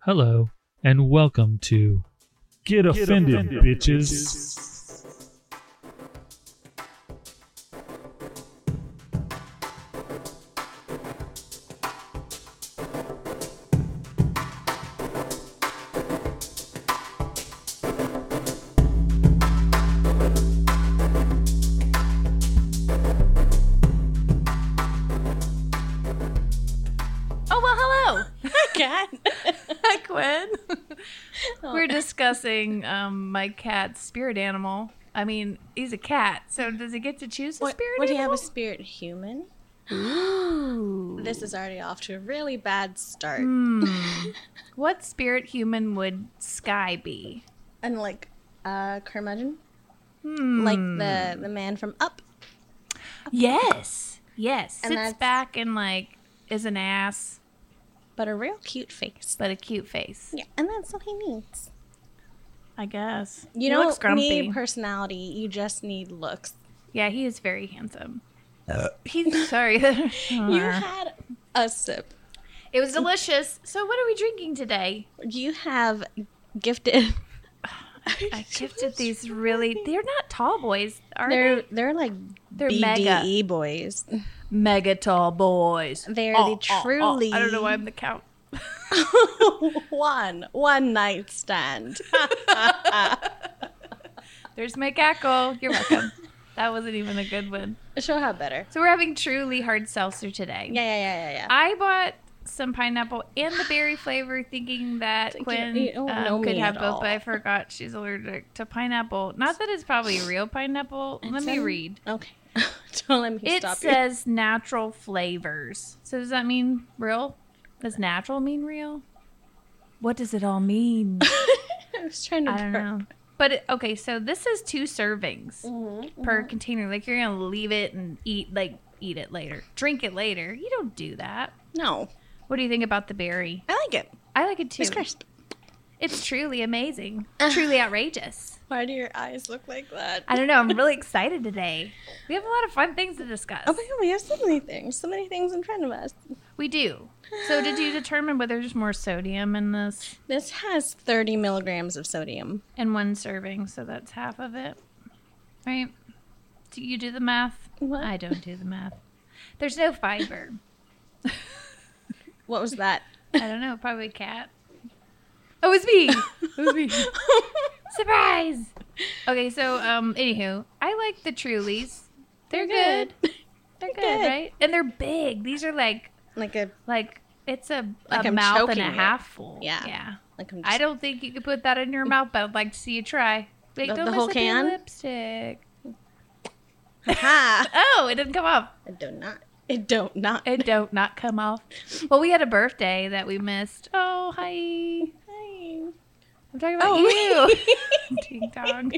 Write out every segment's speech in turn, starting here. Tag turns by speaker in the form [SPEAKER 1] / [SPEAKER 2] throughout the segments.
[SPEAKER 1] Hello, and welcome to Get Offended,
[SPEAKER 2] offended,
[SPEAKER 1] bitches.
[SPEAKER 3] Oh well, hello.
[SPEAKER 2] Cat.
[SPEAKER 3] Hi, Gwen. We're discussing um, my cat's spirit animal. I mean, he's a cat, so does he get to choose a
[SPEAKER 2] What,
[SPEAKER 3] spirit
[SPEAKER 2] what do you have
[SPEAKER 3] animal?
[SPEAKER 2] a spirit human?
[SPEAKER 3] Ooh.
[SPEAKER 2] This is already off to a really bad start.
[SPEAKER 3] Hmm. what spirit human would Sky be?
[SPEAKER 2] And like uh curmudgeon?
[SPEAKER 3] Hmm.
[SPEAKER 2] Like the the man from up.
[SPEAKER 3] yes, yes,
[SPEAKER 2] And
[SPEAKER 3] sits
[SPEAKER 2] that's-
[SPEAKER 3] back and like is an ass,
[SPEAKER 2] But a real cute face.
[SPEAKER 3] but a cute face.
[SPEAKER 2] Yeah, and that's what he needs.
[SPEAKER 3] I guess
[SPEAKER 2] You
[SPEAKER 3] He
[SPEAKER 2] don't
[SPEAKER 3] looks grumpy.
[SPEAKER 2] need personality, you just need looks.
[SPEAKER 3] yeah, he is very handsome. He's sorry. you
[SPEAKER 2] You had a sip.
[SPEAKER 3] It was delicious. So, what are we drinking today?
[SPEAKER 2] You have gifted
[SPEAKER 3] I gifted these really. They're not tall boys, are
[SPEAKER 2] they're
[SPEAKER 3] they?
[SPEAKER 2] they're like
[SPEAKER 3] They're
[SPEAKER 2] BDE boys.
[SPEAKER 3] mega tall boys.
[SPEAKER 2] They're
[SPEAKER 3] Oh,
[SPEAKER 2] the
[SPEAKER 3] oh, oh.
[SPEAKER 2] truly
[SPEAKER 3] I don't know why I'm the count.
[SPEAKER 2] one one night stand.
[SPEAKER 3] There's my cackle. You're welcome. that wasn't even a good one.
[SPEAKER 2] She'll have better.
[SPEAKER 3] So we're having truly hard seltzer today.
[SPEAKER 2] Yeah, yeah, yeah, yeah, yeah.
[SPEAKER 3] I bought some pineapple and the berry flavor, thinking that
[SPEAKER 2] Like, you
[SPEAKER 3] Quinn
[SPEAKER 2] don't- you don't
[SPEAKER 3] um,
[SPEAKER 2] know
[SPEAKER 3] could
[SPEAKER 2] me
[SPEAKER 3] have
[SPEAKER 2] at
[SPEAKER 3] both, but
[SPEAKER 2] all.
[SPEAKER 3] I forgot she's allergic to pineapple. Not that it's probably real pineapple. Let me
[SPEAKER 2] said-
[SPEAKER 3] read.
[SPEAKER 2] Okay. Don't let me
[SPEAKER 3] It
[SPEAKER 2] stop you.
[SPEAKER 3] says natural flavors. So does that mean real? Does natural mean real? What does it all mean?
[SPEAKER 2] I was trying to.
[SPEAKER 3] I don't know. But it, okay, so this is two servings
[SPEAKER 2] Mm-hmm,
[SPEAKER 3] per container. Like you're gonna leave it and eat like eat it later, drink it later. You don't do that.
[SPEAKER 2] No,
[SPEAKER 3] What do you think about the berry?
[SPEAKER 2] I like it.
[SPEAKER 3] I like it too.
[SPEAKER 2] It's crisp.
[SPEAKER 3] It's truly amazing. truly outrageous.
[SPEAKER 2] Why do your eyes look like that?
[SPEAKER 3] I don't know. I'm really excited today. We have a lot of fun things to discuss.
[SPEAKER 2] Oh my god, we have so many things, so many things in front of us.
[SPEAKER 3] We do. So did you determine whether there's more sodium in this?
[SPEAKER 2] This has 30 milligrams of sodium.
[SPEAKER 3] and one serving, so that's half of it, right? Do you do the math?
[SPEAKER 2] What?
[SPEAKER 3] I don't do the math. There's no fiber.
[SPEAKER 2] What was that?
[SPEAKER 3] I don't know. Probably cat. Oh, it's me. It was me. Surprise. Okay, so um, anywho, I like the Trulies. They're,
[SPEAKER 2] They're
[SPEAKER 3] good.
[SPEAKER 2] good.
[SPEAKER 3] They're good,
[SPEAKER 2] They're good.
[SPEAKER 3] right? And they're big. These are like
[SPEAKER 2] like a
[SPEAKER 3] like it's a,
[SPEAKER 2] Like
[SPEAKER 3] a
[SPEAKER 2] I'm
[SPEAKER 3] mouth and
[SPEAKER 2] choking
[SPEAKER 3] a
[SPEAKER 2] it.
[SPEAKER 3] half full.
[SPEAKER 2] Yeah.
[SPEAKER 3] Yeah.
[SPEAKER 2] like I'm just,
[SPEAKER 3] I don't think you could put that in your mouth, but I'd like to see you try. Like,
[SPEAKER 2] The-
[SPEAKER 3] don't
[SPEAKER 2] the
[SPEAKER 3] mess
[SPEAKER 2] whole
[SPEAKER 3] up your
[SPEAKER 2] can?
[SPEAKER 3] lipstick.
[SPEAKER 2] ha.
[SPEAKER 3] Oh, it didn't come off.
[SPEAKER 2] It do not. It don't not.
[SPEAKER 3] It don't not come off. Well, we had a birthday that we missed. Oh, hi.
[SPEAKER 2] Hi.
[SPEAKER 3] I'm talking about
[SPEAKER 2] Oh,
[SPEAKER 3] you. Ding dong.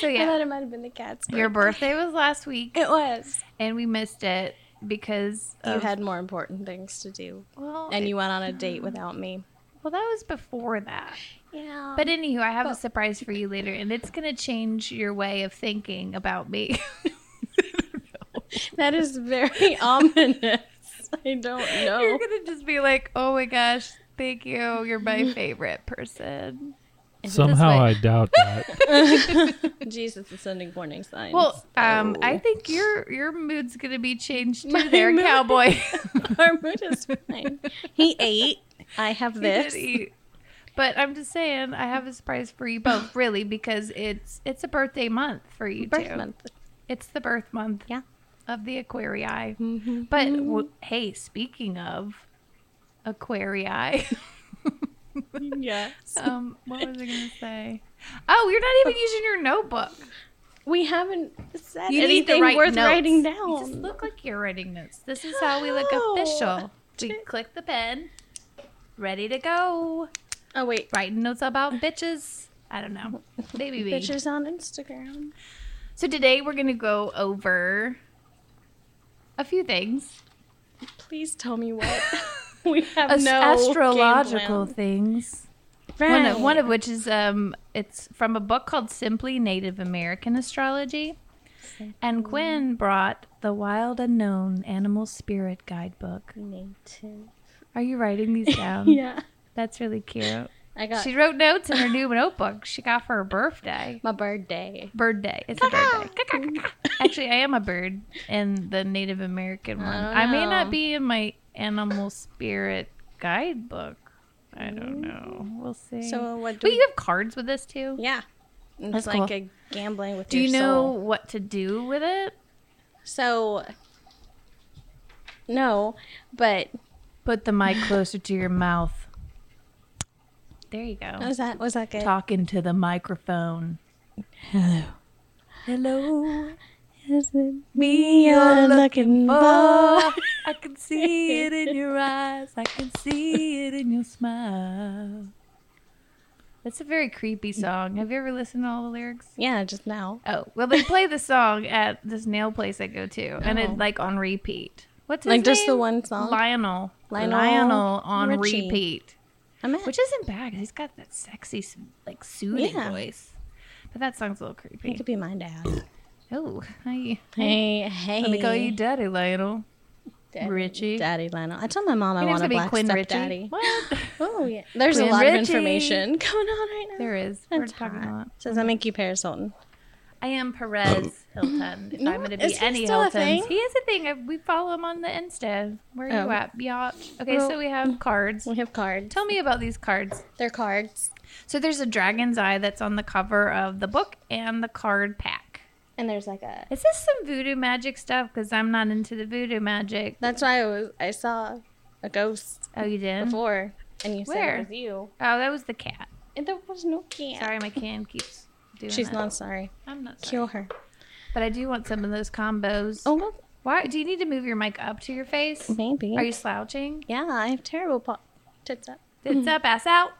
[SPEAKER 3] so
[SPEAKER 2] I
[SPEAKER 3] yeah,
[SPEAKER 2] thought it might have been the cat's.
[SPEAKER 3] your
[SPEAKER 2] birthday.
[SPEAKER 3] birthday was last week,
[SPEAKER 2] It was.
[SPEAKER 3] and we missed it because
[SPEAKER 2] You
[SPEAKER 3] of-
[SPEAKER 2] had more important things to do,
[SPEAKER 3] well,
[SPEAKER 2] and you went on a date without me.
[SPEAKER 3] well that was before that.
[SPEAKER 2] Yeah.
[SPEAKER 3] But anywho, I have a
[SPEAKER 2] Well-
[SPEAKER 3] surprise for you later, and it's gonna change your way of thinking about me.
[SPEAKER 2] that is very ominous. I don't know.
[SPEAKER 3] You're gonna just be like, oh my gosh, thank you, you're my favorite person. Is it this
[SPEAKER 1] Somehow
[SPEAKER 3] way?
[SPEAKER 1] I doubt that.
[SPEAKER 2] Jesus is sending warning signs.
[SPEAKER 3] Well, um,
[SPEAKER 2] So-
[SPEAKER 3] I think your your mood's gonna be changed
[SPEAKER 2] My
[SPEAKER 3] too, there,
[SPEAKER 2] mood-
[SPEAKER 3] cowboy.
[SPEAKER 2] our mood is fine. He ate. I have
[SPEAKER 3] You did
[SPEAKER 2] this.
[SPEAKER 3] eat. But I'm just saying, I have a surprise for you both, really, because it's it's a birthday month for you
[SPEAKER 2] Birth
[SPEAKER 3] two.
[SPEAKER 2] month.
[SPEAKER 3] It's the birth month,
[SPEAKER 2] Yeah.
[SPEAKER 3] of the Aquarii.
[SPEAKER 2] Mhm.
[SPEAKER 3] But w- hey, speaking of Aquarii,
[SPEAKER 2] Yes.
[SPEAKER 3] um, what was I gonna say? Oh, you're not even using your notebook.
[SPEAKER 2] We haven't said
[SPEAKER 3] You need to
[SPEAKER 2] anything
[SPEAKER 3] write
[SPEAKER 2] worth
[SPEAKER 3] notes.
[SPEAKER 2] writing
[SPEAKER 3] You just
[SPEAKER 2] down.
[SPEAKER 3] look like you're writing notes. This is how we look
[SPEAKER 2] No.
[SPEAKER 3] official. We click the pen, ready to go.
[SPEAKER 2] oh wait,
[SPEAKER 3] Writing notes about bitches. I don't know. Maybe we.
[SPEAKER 2] pictures on Instagram.
[SPEAKER 3] So today we're gonna go over a few things.
[SPEAKER 2] Please tell me what we have
[SPEAKER 3] As-
[SPEAKER 2] no
[SPEAKER 3] astrological things.
[SPEAKER 2] Right.
[SPEAKER 3] One, of, one of which is um, it's from a book called Simply Native American Astrology. And Quinn brought the Wild Unknown Animal Spirit Guidebook.
[SPEAKER 2] Native.
[SPEAKER 3] Are you writing these down?
[SPEAKER 2] Yeah.
[SPEAKER 3] That's really cute.
[SPEAKER 2] I got
[SPEAKER 3] She wrote notes in her new notebook she got for her birthday.
[SPEAKER 2] my birthday.
[SPEAKER 3] Bird day. It's a bird day. Actually, I am a bird and the Native American one.
[SPEAKER 2] don't
[SPEAKER 3] I, may
[SPEAKER 2] know.
[SPEAKER 3] not be in my animal spirit guidebook. I don't know. We'll see.
[SPEAKER 2] So what do
[SPEAKER 3] Wait,
[SPEAKER 2] we-
[SPEAKER 3] you have cards with this too?
[SPEAKER 2] Yeah. It's
[SPEAKER 3] That's
[SPEAKER 2] like
[SPEAKER 3] cool.
[SPEAKER 2] a gambling with
[SPEAKER 3] Do
[SPEAKER 2] your
[SPEAKER 3] you know
[SPEAKER 2] soul.
[SPEAKER 3] what to do with it?
[SPEAKER 2] So no, but
[SPEAKER 3] Put the mic closer to your mouth. There you go.
[SPEAKER 2] was that was that good?
[SPEAKER 3] Talking to the microphone.
[SPEAKER 2] Hello.
[SPEAKER 3] Hello.
[SPEAKER 2] Is it me you're looking for?
[SPEAKER 3] Oh, I can see it in your eyes. I can see it in your smile. That's a very creepy song. Have you ever listened to all the lyrics?
[SPEAKER 2] Yeah, just now.
[SPEAKER 3] Oh, well, they play the song at this nail place I go to, and
[SPEAKER 2] Oh.
[SPEAKER 3] it like on repeat. What's his
[SPEAKER 2] Like just the
[SPEAKER 3] name?
[SPEAKER 2] one song.
[SPEAKER 3] Lionel.
[SPEAKER 2] Lionel
[SPEAKER 3] on
[SPEAKER 2] Richie.
[SPEAKER 3] repeat,
[SPEAKER 2] I'm at.
[SPEAKER 3] which isn't bad 'cause he's got that sexy, s- like soothing
[SPEAKER 2] Yeah.
[SPEAKER 3] voice. But that song's a little
[SPEAKER 2] It
[SPEAKER 3] creepy.
[SPEAKER 2] could be my dad.
[SPEAKER 3] Oh, hi.
[SPEAKER 2] Hey, hey.
[SPEAKER 3] Let me call you Daddy Lionel.
[SPEAKER 2] Daddy,
[SPEAKER 3] Richie.
[SPEAKER 2] Daddy Lionel. I told my mom I
[SPEAKER 3] Your name's
[SPEAKER 2] want a
[SPEAKER 3] gonna be
[SPEAKER 2] black
[SPEAKER 3] Quinn
[SPEAKER 2] stepdaddy.
[SPEAKER 3] Richie. What?
[SPEAKER 2] Oh yeah, there's a
[SPEAKER 3] Quinn
[SPEAKER 2] lot of
[SPEAKER 3] Richie.
[SPEAKER 2] information going on right now.
[SPEAKER 3] There is. We're
[SPEAKER 2] That's
[SPEAKER 3] talking
[SPEAKER 2] hot.
[SPEAKER 3] a lot.
[SPEAKER 2] So does that make you Paris Hilton?
[SPEAKER 3] I am Perez Hilton. If
[SPEAKER 2] No,
[SPEAKER 3] I'm going to
[SPEAKER 2] is
[SPEAKER 3] be
[SPEAKER 2] he
[SPEAKER 3] any
[SPEAKER 2] still a thing?
[SPEAKER 3] Hiltons, he is a thing. I, we follow him on the Insta. Where are
[SPEAKER 2] Oh.
[SPEAKER 3] you at, Biatch? Okay,
[SPEAKER 2] Well-
[SPEAKER 3] so we have cards.
[SPEAKER 2] We have cards.
[SPEAKER 3] Tell me about these cards.
[SPEAKER 2] They're cards,
[SPEAKER 3] So there's a dragon's eye that's on the cover of the book and the card pack.
[SPEAKER 2] and there's like a.
[SPEAKER 3] Is this some voodoo magic stuff? Because I'm not into the voodoo magic.
[SPEAKER 2] That's why I was. I saw a ghost
[SPEAKER 3] Oh, you did? Oh,
[SPEAKER 2] before, and you said
[SPEAKER 3] Where?
[SPEAKER 2] it was you.
[SPEAKER 3] that was the cat.
[SPEAKER 2] And there was no cat.
[SPEAKER 3] Sorry, my can keeps doing
[SPEAKER 2] She's
[SPEAKER 3] that.
[SPEAKER 2] not sorry.
[SPEAKER 3] I'm not sorry.
[SPEAKER 2] Kill her.
[SPEAKER 3] But I do want some of those combos.
[SPEAKER 2] Oh, well,
[SPEAKER 3] Why? Do you need to move your mic up to your face?
[SPEAKER 2] maybe.
[SPEAKER 3] Are you slouching?
[SPEAKER 2] Yeah, I have terrible pop tits up.
[SPEAKER 3] Tits up, ass out,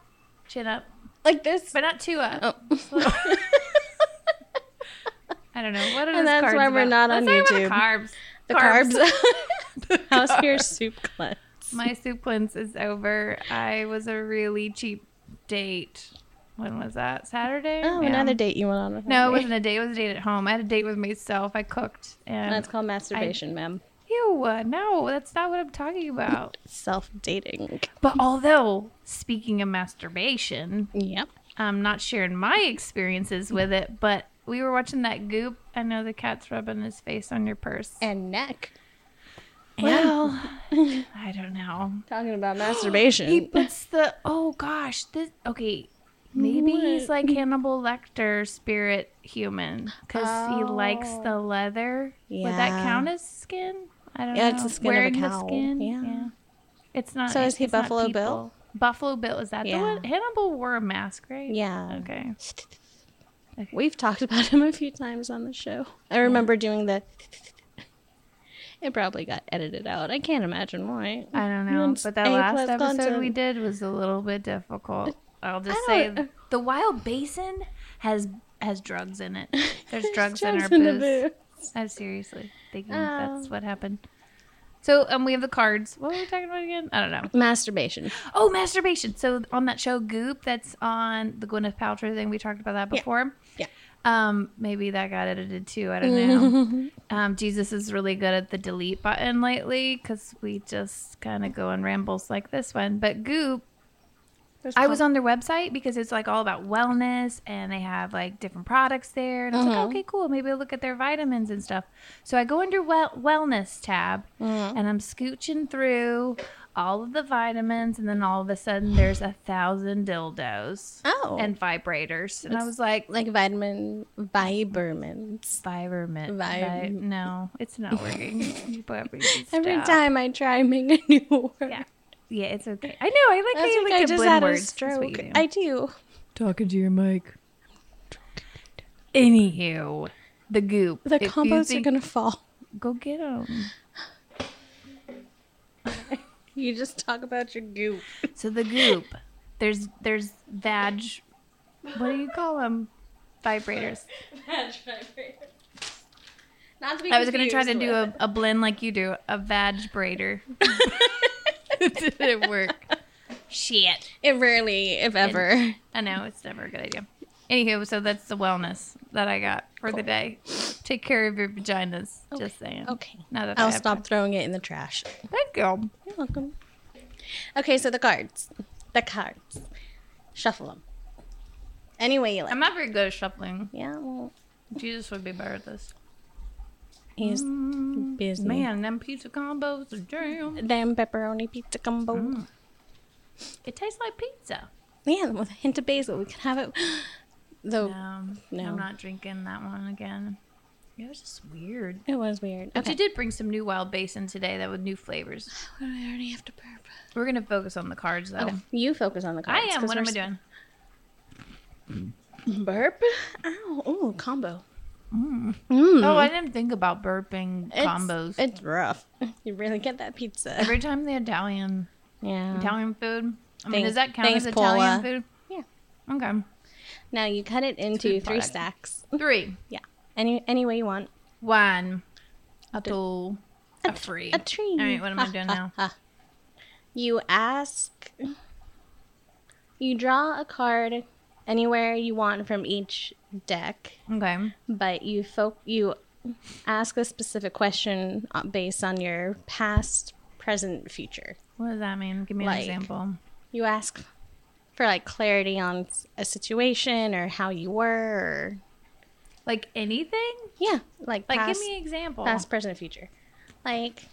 [SPEAKER 3] chin up,
[SPEAKER 2] Like this.
[SPEAKER 3] but not too up.
[SPEAKER 2] Oh.
[SPEAKER 3] I don't know. What are
[SPEAKER 2] And
[SPEAKER 3] those
[SPEAKER 2] that's
[SPEAKER 3] carbs
[SPEAKER 2] why we're
[SPEAKER 3] about?
[SPEAKER 2] not on
[SPEAKER 3] Let's talk about
[SPEAKER 2] YouTube.
[SPEAKER 3] Carbs.
[SPEAKER 2] the carbs.
[SPEAKER 3] The
[SPEAKER 2] House
[SPEAKER 3] carbs.
[SPEAKER 2] here soup cleanse.
[SPEAKER 3] My soup cleanse is over. I was a really cheap date. When was that? Saturday?
[SPEAKER 2] Oh,
[SPEAKER 3] Yeah.
[SPEAKER 2] another date you went on with
[SPEAKER 3] No, it
[SPEAKER 2] me.
[SPEAKER 3] wasn't a date. It was a date at home. I had a date with myself. I cooked and
[SPEAKER 2] That's called masturbation, ma'am.
[SPEAKER 3] ew. uh, No, that's not what I'm talking about.
[SPEAKER 2] Self dating.
[SPEAKER 3] but although speaking of masturbation,
[SPEAKER 2] Yep.
[SPEAKER 3] I'm not sharing my experiences with it, but we were watching that goop. I know the cat's rubbing his face on your purse.
[SPEAKER 2] And neck.
[SPEAKER 3] Well, I don't know.
[SPEAKER 2] Talking about
[SPEAKER 3] He
[SPEAKER 2] masturbation.
[SPEAKER 3] puts the oh gosh, this okay. Maybe he's like Hannibal Lecter, spirit human, because he likes the leather. Would
[SPEAKER 2] Oh. Yeah.
[SPEAKER 3] that count as skin? I don't
[SPEAKER 2] Yeah,
[SPEAKER 3] know.
[SPEAKER 2] it's the skin of a
[SPEAKER 3] Wearing
[SPEAKER 2] cow.
[SPEAKER 3] the skin.
[SPEAKER 2] Yeah.
[SPEAKER 3] It's not.
[SPEAKER 2] So is he
[SPEAKER 3] it's not
[SPEAKER 2] Buffalo Bill?
[SPEAKER 3] people. Buffalo Bill is that
[SPEAKER 2] Yeah.
[SPEAKER 3] the one? Hannibal wore a mask, right?
[SPEAKER 2] yeah.
[SPEAKER 3] Okay.
[SPEAKER 2] We've talked about him a few times on the show. I remember doing the. It probably got edited out. I can't imagine why.
[SPEAKER 3] I don't know,
[SPEAKER 2] It's
[SPEAKER 3] but that
[SPEAKER 2] A
[SPEAKER 3] last
[SPEAKER 2] plus
[SPEAKER 3] episode we
[SPEAKER 2] content.
[SPEAKER 3] did was a little bit difficult. I'll just
[SPEAKER 2] I
[SPEAKER 3] say
[SPEAKER 2] don't-
[SPEAKER 3] the Wild Basin has has drugs in it. There's drugs, in our
[SPEAKER 2] Drugs in the Um,
[SPEAKER 3] booze. I'm seriously thinking that's what happened. So um, we have the cards. What were we talking about again? I don't know.
[SPEAKER 2] Masturbation.
[SPEAKER 3] Oh, masturbation. So on that show Goop, that's on the Gwyneth Paltrow thing. We talked about that before.
[SPEAKER 2] Yeah.
[SPEAKER 3] Um, maybe that got edited too. I don't know. um, Jesus is really good at the delete button lately because we just kind of go on rambles like this one. But Goop, I was on their website because it's like all about wellness and they have like different products there. And I was like, okay, cool. Maybe I'll look at their vitamins and stuff. So I go under well- wellness tab and I'm scooching through all of the vitamins. And then all of a sudden there's a thousand dildos
[SPEAKER 2] Oh.
[SPEAKER 3] and vibrators. And I was like,
[SPEAKER 2] like vitamin Vibermans.
[SPEAKER 3] Vibrament.
[SPEAKER 2] Vi-
[SPEAKER 3] Vi- no, it's not working. You put me to
[SPEAKER 2] Every
[SPEAKER 3] stop.
[SPEAKER 2] time I try and make a new word.
[SPEAKER 3] Yeah. Yeah, it's okay. I know. I like
[SPEAKER 2] That's
[SPEAKER 3] how you
[SPEAKER 2] like
[SPEAKER 3] like
[SPEAKER 2] I
[SPEAKER 3] to
[SPEAKER 2] just
[SPEAKER 3] blend
[SPEAKER 2] had a
[SPEAKER 3] words. That's what
[SPEAKER 2] stroke.
[SPEAKER 3] you do.
[SPEAKER 2] I do.
[SPEAKER 1] Talking to your mic.
[SPEAKER 3] Anywho, the goop.
[SPEAKER 2] The
[SPEAKER 3] If you
[SPEAKER 2] combos
[SPEAKER 3] think-
[SPEAKER 2] are gonna fall.
[SPEAKER 3] go get them.
[SPEAKER 2] You just talk about your goop.
[SPEAKER 3] So the goop. There's there's vag. What do you call them? Vibrators.
[SPEAKER 2] Not to be
[SPEAKER 3] I was gonna try to
[SPEAKER 2] confused
[SPEAKER 3] do a, a blend like you do, a vagbrator. Didn't work. Shit.
[SPEAKER 2] It rarely, if ever.
[SPEAKER 3] I know it's never a good idea. Anywho, so that's the wellness that I got for the day. Take care of your vaginas. Just saying.
[SPEAKER 2] Okay.
[SPEAKER 3] Now that I
[SPEAKER 2] I'll
[SPEAKER 3] have
[SPEAKER 2] stop throwing it in the trash.
[SPEAKER 3] time. Thank you.
[SPEAKER 2] You're welcome. Okay, so the cards. the cards. Shuffle them. Any way you like.
[SPEAKER 3] I'm not very good at shuffling.
[SPEAKER 2] yeah, well,
[SPEAKER 3] Jesus would be better at this.
[SPEAKER 2] he's
[SPEAKER 3] Mm,
[SPEAKER 2] busy.
[SPEAKER 3] Man, them pizza combos are jam.
[SPEAKER 2] Damn pepperoni pizza combo.
[SPEAKER 3] Mm. It tastes like pizza.
[SPEAKER 2] Yeah, with a hint of basil, we can have it. Though
[SPEAKER 3] No,
[SPEAKER 2] No.
[SPEAKER 3] Um, I'm not drinking that one again. It was just weird.
[SPEAKER 2] it was weird.
[SPEAKER 3] But
[SPEAKER 2] Okay.
[SPEAKER 3] you did bring some new wild bass in today that with new flavors.
[SPEAKER 2] What do I already have to burp?
[SPEAKER 3] We're gonna focus on the cards though.
[SPEAKER 2] Okay, you focus on the
[SPEAKER 3] I
[SPEAKER 2] cards.
[SPEAKER 3] am.
[SPEAKER 2] 'cause
[SPEAKER 3] What am I
[SPEAKER 2] we're
[SPEAKER 3] doing?
[SPEAKER 2] s- Burp. Ow. Ooh, combo.
[SPEAKER 3] Oh, I didn't think about burping
[SPEAKER 2] Mm-hmm. It's-
[SPEAKER 3] combos.
[SPEAKER 2] It's rough. You really get that pizza.
[SPEAKER 3] Every time the Italian
[SPEAKER 2] Yeah.
[SPEAKER 3] Italian food. I mean,
[SPEAKER 2] Mm-hmm. Thanks-
[SPEAKER 3] does that count
[SPEAKER 2] thanks,
[SPEAKER 3] as
[SPEAKER 2] Paula.
[SPEAKER 3] Italian food? Yeah. Okay.
[SPEAKER 2] Now you cut it into
[SPEAKER 3] food
[SPEAKER 2] three
[SPEAKER 3] product.
[SPEAKER 2] stacks.
[SPEAKER 3] Three,
[SPEAKER 2] Yeah. Any any way you want.
[SPEAKER 3] one, a two, a three.
[SPEAKER 2] A tree.
[SPEAKER 3] All right, what am I doing now?
[SPEAKER 2] You ask. You draw a card anywhere you want from each deck,
[SPEAKER 3] Okay.
[SPEAKER 2] but you fo- you ask a specific question uh, based on your past, present, future.
[SPEAKER 3] What does that mean? Give me
[SPEAKER 2] Like-
[SPEAKER 3] an example.
[SPEAKER 2] You ask for like clarity on s- a situation or how you were. Or,
[SPEAKER 3] Like anything?
[SPEAKER 2] yeah, like
[SPEAKER 3] Like
[SPEAKER 2] past,
[SPEAKER 3] give me an example.
[SPEAKER 2] past, present, future. Like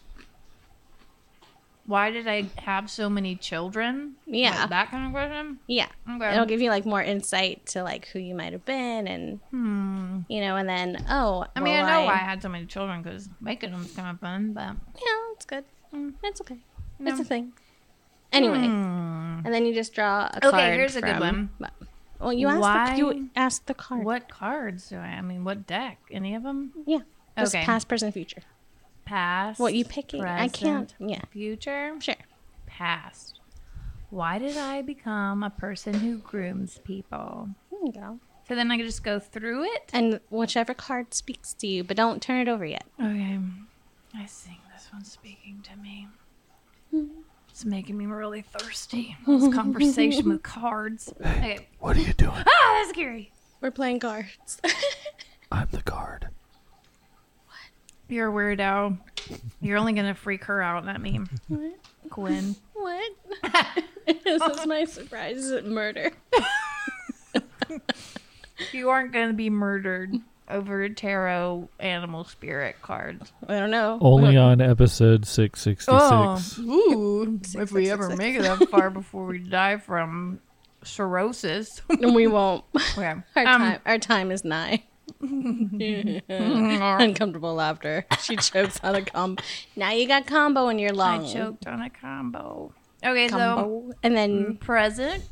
[SPEAKER 3] Why did I have so many children?
[SPEAKER 2] Yeah.
[SPEAKER 3] Like that kind of question.
[SPEAKER 2] yeah,
[SPEAKER 3] Okay.
[SPEAKER 2] it'll give you like more insight to like who you might have been and
[SPEAKER 3] Hmm.
[SPEAKER 2] you know, and then oh,
[SPEAKER 3] I mean,
[SPEAKER 2] well,
[SPEAKER 3] I know why I had so many children because making them's kind of fun, but
[SPEAKER 2] Yeah, it's good.
[SPEAKER 3] Mm.
[SPEAKER 2] It's okay.
[SPEAKER 3] No.
[SPEAKER 2] It's a thing. Anyway,
[SPEAKER 3] Hmm.
[SPEAKER 2] and then you just draw a
[SPEAKER 3] Okay,
[SPEAKER 2] card.
[SPEAKER 3] here's a good
[SPEAKER 2] from- Well, you ask. The, you ask the card.
[SPEAKER 3] what cards do I? I mean, what deck? Any of them?
[SPEAKER 2] Yeah. Just
[SPEAKER 3] Okay.
[SPEAKER 2] past, present, future.
[SPEAKER 3] Past.
[SPEAKER 2] What you picking? I can't.
[SPEAKER 3] present,
[SPEAKER 2] Yeah.
[SPEAKER 3] Future.
[SPEAKER 2] Sure.
[SPEAKER 3] Past. Why did I become a person who grooms people?
[SPEAKER 2] There you go.
[SPEAKER 3] So then I could just go through it.
[SPEAKER 2] And whichever card speaks to you, but don't turn it over yet.
[SPEAKER 3] Okay. I think this one's speaking to me. It's making me really thirsty. This conversation with cards. Okay.
[SPEAKER 4] What are you doing?
[SPEAKER 3] Ah, that's scary.
[SPEAKER 2] We're playing cards.
[SPEAKER 4] I'm the card.
[SPEAKER 3] You're a weirdo. You're only gonna freak her out, not me.
[SPEAKER 2] What?
[SPEAKER 3] Gwen.
[SPEAKER 2] what? this is my surprise murder.
[SPEAKER 3] You aren't gonna be murdered over tarot animal spirit cards.
[SPEAKER 2] I don't know.
[SPEAKER 1] Only on episode 666.
[SPEAKER 3] Ooh. if we
[SPEAKER 2] six,
[SPEAKER 3] ever
[SPEAKER 2] six.
[SPEAKER 3] make it that far before we die from cirrhosis.
[SPEAKER 2] And we won't.
[SPEAKER 3] okay.
[SPEAKER 2] Our
[SPEAKER 3] Um,
[SPEAKER 2] time. Our time is nigh. Uncomfortable laughter. She chokes on a combo. Now you got combo in your
[SPEAKER 3] I
[SPEAKER 2] lungs.
[SPEAKER 3] choked on a combo. Okay, so
[SPEAKER 2] Oh. Combo. And then
[SPEAKER 3] present.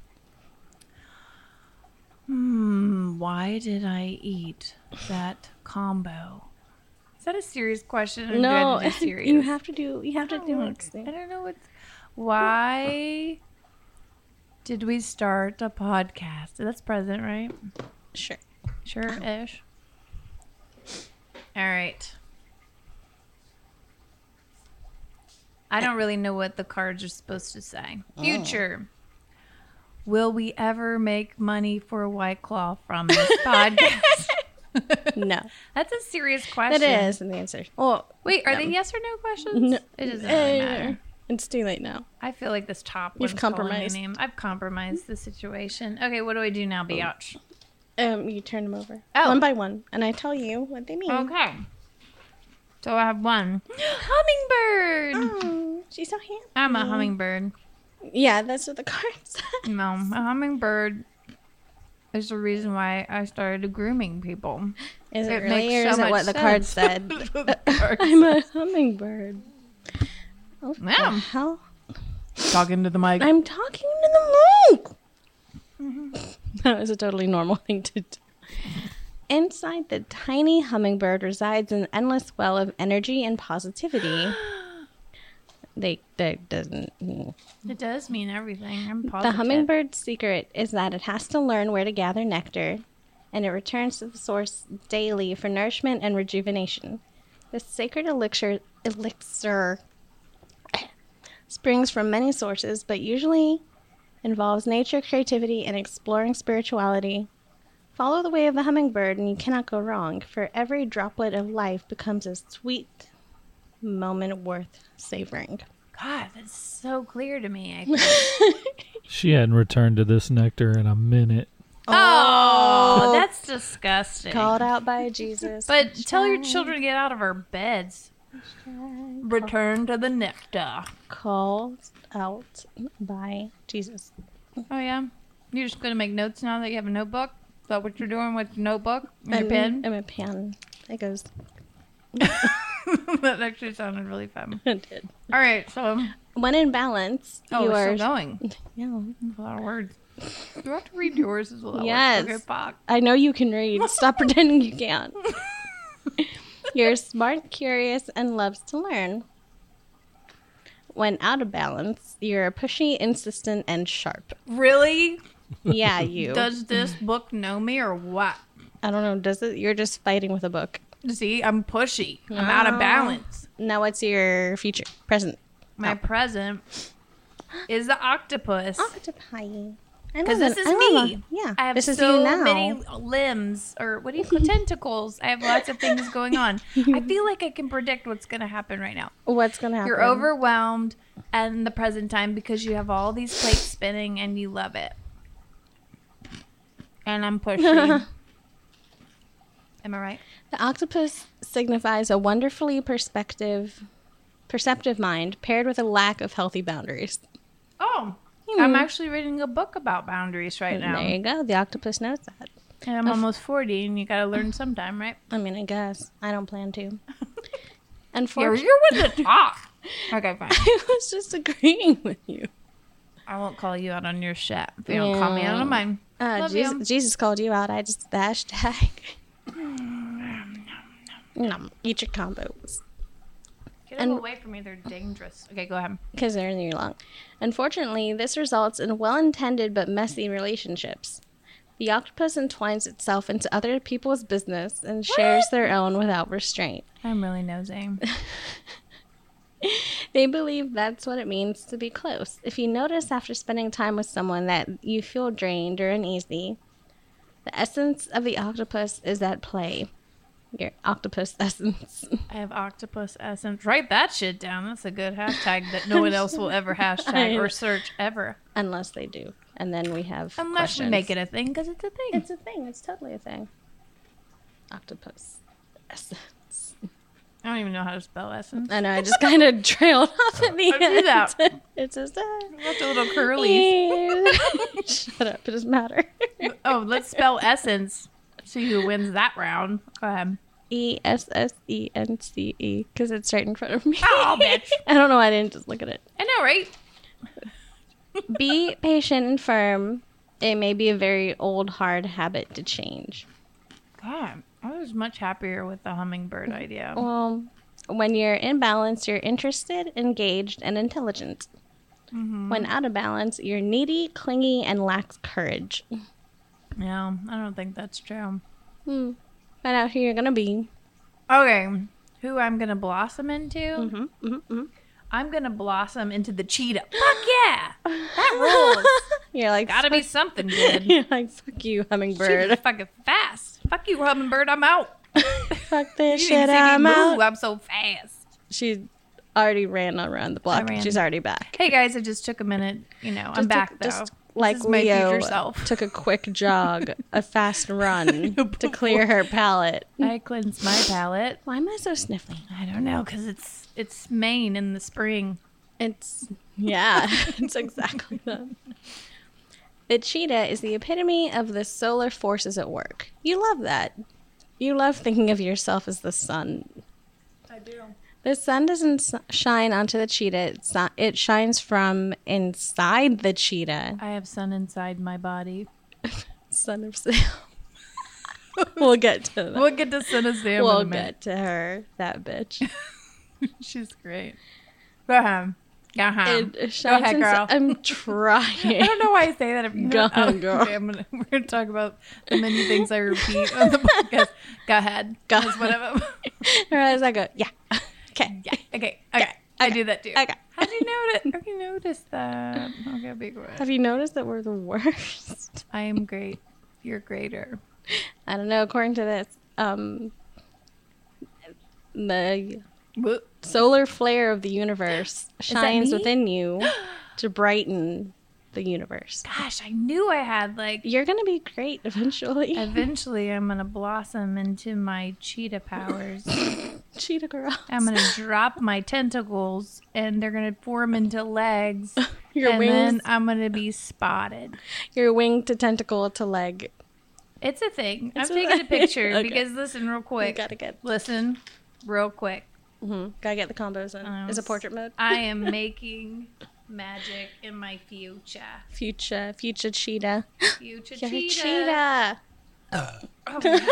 [SPEAKER 3] Hmm, why did I eat that combo? Is that a serious question? or do I
[SPEAKER 2] no,
[SPEAKER 3] have to do Mm-hmm. serious?
[SPEAKER 2] you have to do. You have to do
[SPEAKER 3] don't-
[SPEAKER 2] it.
[SPEAKER 3] I don't know what's. Why did we start a podcast? That's present, right?
[SPEAKER 2] Sure.
[SPEAKER 3] Sure ish. All right. I don't really know what the cards are supposed to say. Future. Will we ever make money for White Claw from this podcast?
[SPEAKER 2] No,
[SPEAKER 3] That's a serious
[SPEAKER 2] that
[SPEAKER 3] question.
[SPEAKER 2] is an answer. Well,
[SPEAKER 3] Wait, are they yes or no questions?
[SPEAKER 2] no,
[SPEAKER 3] It doesn't
[SPEAKER 2] eh,
[SPEAKER 3] really matter.
[SPEAKER 2] It's too late now.
[SPEAKER 3] I feel like this top
[SPEAKER 2] You've
[SPEAKER 3] one's calling my
[SPEAKER 2] compromised.
[SPEAKER 3] name. I've compromised the situation. Okay, what do I do now, Biatch?
[SPEAKER 2] Um, you turn them over
[SPEAKER 3] Oh.
[SPEAKER 2] one by one, and I tell you what they mean.
[SPEAKER 3] Okay. So I have one hummingbird.
[SPEAKER 2] Oh, she's so handsome.
[SPEAKER 3] I'm a hummingbird.
[SPEAKER 2] Yeah, that's what the card said.
[SPEAKER 3] No, a hummingbird is the reason why I started grooming people.
[SPEAKER 2] Is it,
[SPEAKER 3] It
[SPEAKER 2] really,
[SPEAKER 3] makes
[SPEAKER 2] or
[SPEAKER 3] so
[SPEAKER 2] is it
[SPEAKER 3] much
[SPEAKER 2] what the card said?
[SPEAKER 3] sense. The card
[SPEAKER 2] I'm a hummingbird. Oh,
[SPEAKER 3] Yeah.
[SPEAKER 2] the hell?
[SPEAKER 3] Talking to the mic.
[SPEAKER 2] I'm talking to the monk. Mm-hmm. That was a totally normal thing to do. Inside the tiny hummingbird resides an endless well of energy and positivity. They that doesn't.
[SPEAKER 3] It does mean everything. I'm
[SPEAKER 2] The
[SPEAKER 3] positive.
[SPEAKER 2] hummingbird's secret is that it has to learn where to gather nectar, and it returns to the source daily for nourishment and rejuvenation. This sacred elixir, elixir springs from many sources, but usually involves nature, creativity, and exploring spirituality. Follow the way of the hummingbird, and you cannot go wrong, for every droplet of life becomes a sweet moment worth savoring.
[SPEAKER 3] God, that's so clear to me. I think.
[SPEAKER 1] She hadn't returned to this nectar in a minute.
[SPEAKER 3] oh, that's disgusting.
[SPEAKER 2] Called out by Jesus.
[SPEAKER 3] But tell your children to get out of our beds. Return to the nectar.
[SPEAKER 2] called out by Jesus.
[SPEAKER 3] Oh yeah, you're just gonna make notes now that you have a notebook. Is that what you're doing with your notebook and your
[SPEAKER 2] And
[SPEAKER 3] pen?
[SPEAKER 2] my pen. It goes.
[SPEAKER 3] that actually sounded really fun.
[SPEAKER 2] It did.
[SPEAKER 3] All right, so
[SPEAKER 2] When in balance,
[SPEAKER 3] oh,
[SPEAKER 2] you
[SPEAKER 3] we're
[SPEAKER 2] are.
[SPEAKER 3] still going.
[SPEAKER 2] Yeah.
[SPEAKER 3] That's a lot of words. Do I have to read yours as well?
[SPEAKER 2] Yes.
[SPEAKER 3] Okay, fuck.
[SPEAKER 2] I know you can read. Stop pretending you can't. You're smart, curious, and loves to learn. When out of balance, you're pushy, insistent, and sharp.
[SPEAKER 3] Really?
[SPEAKER 2] Yeah, you.
[SPEAKER 3] Does this book know me or what?
[SPEAKER 2] I don't know. Does it? You're just fighting with a book.
[SPEAKER 3] See, I'm pushy. I'm out
[SPEAKER 2] Oh.
[SPEAKER 3] of balance.
[SPEAKER 2] Now, what's your future? Present.
[SPEAKER 3] My present is the octopus.
[SPEAKER 2] Oh, Octopi.
[SPEAKER 3] Because
[SPEAKER 2] Because
[SPEAKER 3] this is me.
[SPEAKER 2] yeah.
[SPEAKER 3] I have
[SPEAKER 2] this is
[SPEAKER 3] so
[SPEAKER 2] you now.
[SPEAKER 3] many limbs, or what do you call tentacles? I have lots of things going on. I feel like I can predict what's going to happen right now.
[SPEAKER 2] What's going to happen?
[SPEAKER 3] You're overwhelmed and the present time because you have all these plates spinning and you love it. And I'm pushy. Am I right?
[SPEAKER 2] The octopus signifies a wonderfully perspective, perceptive mind paired with a lack of healthy boundaries.
[SPEAKER 3] Oh, I'm actually reading a book about boundaries right now.
[SPEAKER 2] There you go. The octopus knows that.
[SPEAKER 3] And I'm almost 40 and you got to learn sometime, right?
[SPEAKER 2] I mean, I guess. I don't plan to.
[SPEAKER 3] You're,
[SPEAKER 2] Unfortunately,
[SPEAKER 3] you're with the top. Okay, fine.
[SPEAKER 2] I was just agreeing with you.
[SPEAKER 3] I won't call you out on your shit. If you don't call me out on mine.
[SPEAKER 2] Uh,
[SPEAKER 3] Love
[SPEAKER 2] Jesus,
[SPEAKER 3] you. Mm.
[SPEAKER 2] Jesus called you out. I just the hashtag. Nom. Eat your combos.
[SPEAKER 3] Get them
[SPEAKER 2] And-
[SPEAKER 3] away from me. They're dangerous. Okay, go ahead.
[SPEAKER 2] because they're in year long. Unfortunately, this results in well intended but messy relationships. The octopus entwines itself into other people's business and shares their own without restraint.
[SPEAKER 3] I'm really nosing.
[SPEAKER 2] They believe that's what it means to be close. If you notice after spending time with someone that you feel drained or uneasy, the essence of the octopus is at play. Your octopus essence.
[SPEAKER 3] I have octopus essence. Write that shit down. That's a good hashtag that no one else will ever hashtag or search ever.
[SPEAKER 2] Unless they do. And then we have.
[SPEAKER 3] Unless
[SPEAKER 2] questions.
[SPEAKER 3] we make it a thing because it's a thing.
[SPEAKER 2] It's a thing. It's totally a thing. Octopus essence.
[SPEAKER 3] I don't even know how to spell essence.
[SPEAKER 2] I know. I just kind of trailed off at the
[SPEAKER 3] I
[SPEAKER 2] end.
[SPEAKER 3] do that.
[SPEAKER 2] It's just
[SPEAKER 3] That's a little curly.
[SPEAKER 2] that. Shut up. It doesn't matter.
[SPEAKER 3] oh, let's spell essence. See who wins that round. Go ahead.
[SPEAKER 2] E S S E N C E because it's right in front of me.
[SPEAKER 3] Oh, bitch.
[SPEAKER 2] I don't know why I didn't just look at it.
[SPEAKER 3] I know, right?
[SPEAKER 2] Be patient and firm. It may be a very old, hard habit to change.
[SPEAKER 3] God, I was much happier with the hummingbird idea.
[SPEAKER 2] Well, Um, when you're in balance, you're interested, engaged, and intelligent.
[SPEAKER 3] Mm-hmm.
[SPEAKER 2] When out of balance, you're needy, clingy, and lacks courage.
[SPEAKER 3] Yeah, I don't think that's true.
[SPEAKER 2] Find out who you're gonna be.
[SPEAKER 3] Okay, who I'm gonna blossom into?
[SPEAKER 2] hmm
[SPEAKER 3] I'm gonna blossom into the cheetah. Fuck yeah, that rules.
[SPEAKER 2] You're like,
[SPEAKER 3] Gotta be something good.
[SPEAKER 2] you're like, fuck you,
[SPEAKER 3] Cheetah's
[SPEAKER 2] hummingbird.
[SPEAKER 3] fucking fast. Fuck you, hummingbird. I'm out.
[SPEAKER 2] fuck this
[SPEAKER 3] You didn't
[SPEAKER 2] shit,
[SPEAKER 3] see me
[SPEAKER 2] I'm
[SPEAKER 3] move.
[SPEAKER 2] out.
[SPEAKER 3] I'm so fast.
[SPEAKER 2] She already ran around the block.
[SPEAKER 3] ran.
[SPEAKER 2] She's already back.
[SPEAKER 3] Hey guys, I just took a minute. You know, I'm
[SPEAKER 2] Just
[SPEAKER 3] back
[SPEAKER 2] took-
[SPEAKER 3] though.
[SPEAKER 2] Just like
[SPEAKER 3] is my
[SPEAKER 2] Leo
[SPEAKER 3] future self.
[SPEAKER 2] took a quick jog, a fast run to clear her palate.
[SPEAKER 3] I cleansed my palate.
[SPEAKER 2] Why am I so sniffly?
[SPEAKER 3] I don't know, cause it's it's Maine in the spring.
[SPEAKER 2] It's yeah, it's exactly that. The cheetah is the epitome of the solar forces at work. You love that. You love thinking of yourself as the sun.
[SPEAKER 3] I do.
[SPEAKER 2] The sun doesn't s- shine onto the cheetah. It's not, it shines from inside the cheetah.
[SPEAKER 3] I have sun inside my body.
[SPEAKER 2] Son of Sam. we'll get to that.
[SPEAKER 3] We'll get to sun as Sam in
[SPEAKER 2] We'll
[SPEAKER 3] a minute.
[SPEAKER 2] get to her, that bitch.
[SPEAKER 3] She's great. Go ahead. Go ahead. Um,
[SPEAKER 2] It
[SPEAKER 3] Go
[SPEAKER 2] shines
[SPEAKER 3] ahead,
[SPEAKER 2] inside-
[SPEAKER 3] girl.
[SPEAKER 2] I'm
[SPEAKER 3] I
[SPEAKER 2] trying.
[SPEAKER 3] don't know why I say that. If you
[SPEAKER 2] Go
[SPEAKER 3] know,
[SPEAKER 2] ahead, girl.
[SPEAKER 3] Okay, I'm gonna, we're going to talk about the many things I repeat on the podcast. Go ahead.
[SPEAKER 2] Go
[SPEAKER 3] That's one of them.
[SPEAKER 2] Or as I go, yeah. Okay.
[SPEAKER 3] Yeah. Okay. Okay. I do that too.
[SPEAKER 2] Okay.
[SPEAKER 3] How'd you notice? How'd you notice that? Okay, big one.
[SPEAKER 2] Have you noticed that we're the worst?
[SPEAKER 3] I am great. You're greater.
[SPEAKER 2] I don't know. According to this, um, the solar flare of the universe shines
[SPEAKER 3] me?
[SPEAKER 2] within you to brighten the universe.
[SPEAKER 3] Gosh, I knew I had like.
[SPEAKER 2] You're going to be great eventually.
[SPEAKER 3] Eventually, I'm gonna blossom into my cheetah powers.
[SPEAKER 2] Cheetah girl.
[SPEAKER 3] I'm gonna drop my tentacles, and they're gonna form into legs.
[SPEAKER 2] Your
[SPEAKER 3] and
[SPEAKER 2] wings,
[SPEAKER 3] then I'm gonna be spotted.
[SPEAKER 2] your wing to tentacle to leg.
[SPEAKER 3] It's a thing.
[SPEAKER 2] It's a
[SPEAKER 3] I'm taking a
[SPEAKER 2] thing.
[SPEAKER 3] picture
[SPEAKER 2] Okay.
[SPEAKER 3] because listen, real
[SPEAKER 2] We
[SPEAKER 3] quick.
[SPEAKER 2] gotta get,
[SPEAKER 3] Listen, real quick.
[SPEAKER 2] mhm, gotta get the combos in.
[SPEAKER 3] I
[SPEAKER 2] Is it
[SPEAKER 3] was-
[SPEAKER 2] portrait mode?
[SPEAKER 3] I am making magic in my future.
[SPEAKER 2] Future, future cheetah.
[SPEAKER 3] Future
[SPEAKER 2] You're a
[SPEAKER 3] cheetah.
[SPEAKER 2] cheetah.
[SPEAKER 3] Oh, my-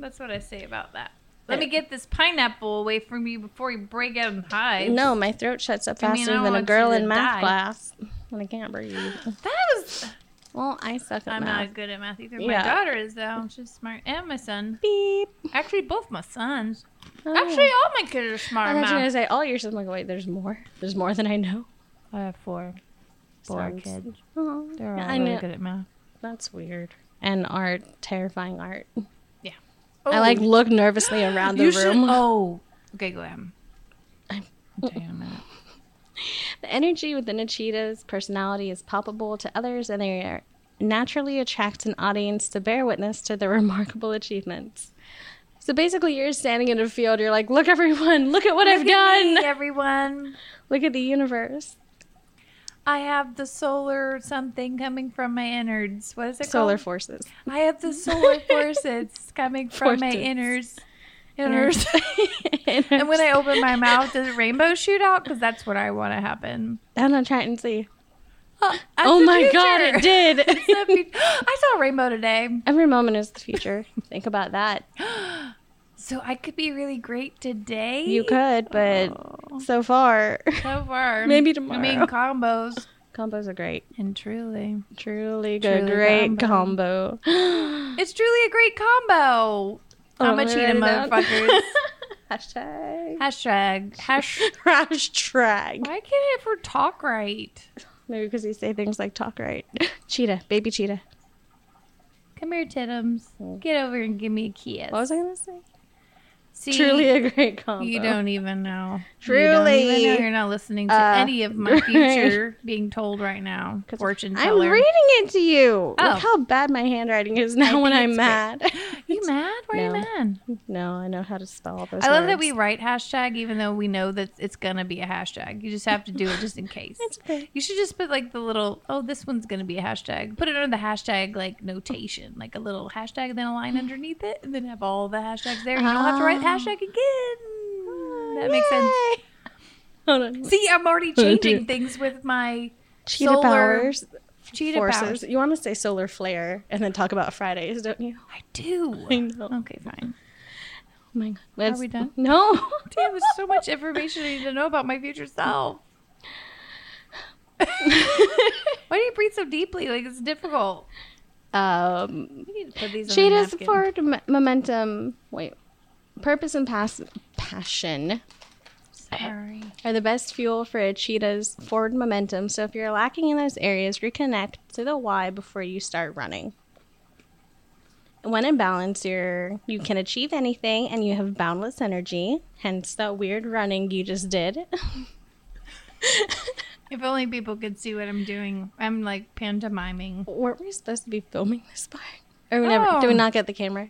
[SPEAKER 3] that's what I say about that. Let me get this pineapple away from you before you break out and hide.
[SPEAKER 2] No, my throat shuts up
[SPEAKER 3] I mean, I
[SPEAKER 2] faster
[SPEAKER 3] don't
[SPEAKER 2] than a
[SPEAKER 3] want
[SPEAKER 2] girl
[SPEAKER 3] you to
[SPEAKER 2] in math
[SPEAKER 3] die.
[SPEAKER 2] class. And I can't breathe.
[SPEAKER 3] that was.
[SPEAKER 2] Well, I suck at
[SPEAKER 3] I'm
[SPEAKER 2] math.
[SPEAKER 3] not good at math either.
[SPEAKER 2] Yeah.
[SPEAKER 3] My daughter is though. She's smart, and my son.
[SPEAKER 2] Beep.
[SPEAKER 3] Actually, both my sons.
[SPEAKER 2] Oh.
[SPEAKER 3] Actually, all my kids are smart.
[SPEAKER 2] I
[SPEAKER 3] in
[SPEAKER 2] thought you were
[SPEAKER 3] math.
[SPEAKER 2] gonna say all your I'm like, wait, there's more. There's more than I know.
[SPEAKER 3] I have four. Four
[SPEAKER 2] Sounds-
[SPEAKER 3] kids.
[SPEAKER 2] Oh,
[SPEAKER 3] They're all
[SPEAKER 2] I
[SPEAKER 3] really
[SPEAKER 2] know.
[SPEAKER 3] good at math.
[SPEAKER 2] That's weird. And art, terrifying art.
[SPEAKER 3] Oh,
[SPEAKER 2] I like look nervously around the
[SPEAKER 3] you should-
[SPEAKER 2] room.
[SPEAKER 3] oh, okay, go ahead.
[SPEAKER 2] I'm-
[SPEAKER 3] Damn it.
[SPEAKER 2] The energy within a cheetah's personality is palpable to others, and they are naturally attract an audience to bear witness to their remarkable achievements. So basically, you're standing in a field. You're like, look, everyone, look at what I've
[SPEAKER 3] Look at
[SPEAKER 2] done.
[SPEAKER 3] me, everyone.
[SPEAKER 2] Look at the universe.
[SPEAKER 3] I have the solar something coming from my innards. What is it
[SPEAKER 2] Solar
[SPEAKER 3] called?
[SPEAKER 2] forces.
[SPEAKER 3] I have the solar forces coming from my
[SPEAKER 2] Forces.
[SPEAKER 3] innards.
[SPEAKER 2] Innards.
[SPEAKER 3] And when I open my mouth, does a rainbow shoot out? Because that's what I want to happen.
[SPEAKER 2] I'm not trying to see.
[SPEAKER 3] Oh, that's
[SPEAKER 2] oh
[SPEAKER 3] the
[SPEAKER 2] my god,
[SPEAKER 3] future.
[SPEAKER 2] it did.
[SPEAKER 3] It's the fu- I saw a rainbow today.
[SPEAKER 2] Every moment is the future. Think about that.
[SPEAKER 3] So I could be really great today.
[SPEAKER 2] You could, but
[SPEAKER 3] Oh.
[SPEAKER 2] so far,
[SPEAKER 3] So far.
[SPEAKER 2] Maybe
[SPEAKER 3] I mean,
[SPEAKER 2] tomorrow.
[SPEAKER 3] combos.
[SPEAKER 2] combos are great.
[SPEAKER 3] And truly.
[SPEAKER 2] Truly good.
[SPEAKER 3] Truly
[SPEAKER 2] Great combo.
[SPEAKER 3] It's truly a great combo. I'm a
[SPEAKER 2] Oh,
[SPEAKER 3] cheetah,
[SPEAKER 2] right,
[SPEAKER 3] motherfuckers.
[SPEAKER 2] Hashtag.
[SPEAKER 3] Hashtag. Hash.
[SPEAKER 2] Hashtag.
[SPEAKER 3] Why can't I ever talk right?
[SPEAKER 2] Maybe because you say things like talk right. Cheetah. Baby cheetah.
[SPEAKER 3] Come here, Tittums. Get over and give me a kiss.
[SPEAKER 2] What was I going to say?
[SPEAKER 3] See,
[SPEAKER 2] Truly a great combo.
[SPEAKER 3] you don't even know.
[SPEAKER 2] Truly.
[SPEAKER 3] You don't even know. You're not listening to
[SPEAKER 2] Uh,
[SPEAKER 3] any of my
[SPEAKER 2] great.
[SPEAKER 3] future being told right now.
[SPEAKER 2] 'Cause
[SPEAKER 3] Fortune
[SPEAKER 2] I'm
[SPEAKER 3] teller.
[SPEAKER 2] reading it to you.
[SPEAKER 3] Oh.
[SPEAKER 2] Look how bad my handwriting is now
[SPEAKER 3] think
[SPEAKER 2] when I'm
[SPEAKER 3] it's
[SPEAKER 2] mad.
[SPEAKER 3] you mad? Why are you
[SPEAKER 2] No.
[SPEAKER 3] mad?
[SPEAKER 2] no, I know how to spell all those
[SPEAKER 3] I love that we
[SPEAKER 2] words.
[SPEAKER 3] write hashtag even though we know that it's gonna be a hashtag. You just have to do it just in case.
[SPEAKER 2] It's okay.
[SPEAKER 3] You should just put like the little oh this one's gonna be a hashtag. Put it under the hashtag like notation, like a little hashtag, then a line underneath it, and then have all the hashtags there. You don't have to write
[SPEAKER 2] Ah.
[SPEAKER 3] hashtag again. That makes sense.
[SPEAKER 2] Hold on.
[SPEAKER 3] See, I'm already
[SPEAKER 2] dear.
[SPEAKER 3] changing things with my
[SPEAKER 2] Cheetah
[SPEAKER 3] solar
[SPEAKER 2] powers.
[SPEAKER 3] cheetah
[SPEAKER 2] forces.
[SPEAKER 3] powers.
[SPEAKER 2] You want to say solar flare and then talk about Fridays, don't you?
[SPEAKER 3] I do.
[SPEAKER 2] I know.
[SPEAKER 3] Okay, fine.
[SPEAKER 2] Oh my god. That's-
[SPEAKER 3] we done?
[SPEAKER 2] No.
[SPEAKER 3] Damn, there's so much information I need to know about my future self. Why do you breathe so deeply? Like it's difficult.
[SPEAKER 2] um,
[SPEAKER 3] We need to put these. on a
[SPEAKER 2] cheetahs
[SPEAKER 3] napkin.
[SPEAKER 2] for m- momentum. Wait. Purpose and pass- passion
[SPEAKER 3] Sorry.
[SPEAKER 2] are the best fuel for a cheetah's forward momentum. So if you're lacking in those areas, reconnect to the why before you start running. When in balance, you're you can achieve anything, and you have boundless energy. Hence that weird running you just did.
[SPEAKER 3] If only people could see what I'm doing. I'm like pantomiming.
[SPEAKER 2] Weren't we supposed to be filming this part? Or we never? Do we
[SPEAKER 3] Oh.
[SPEAKER 2] not get the camera?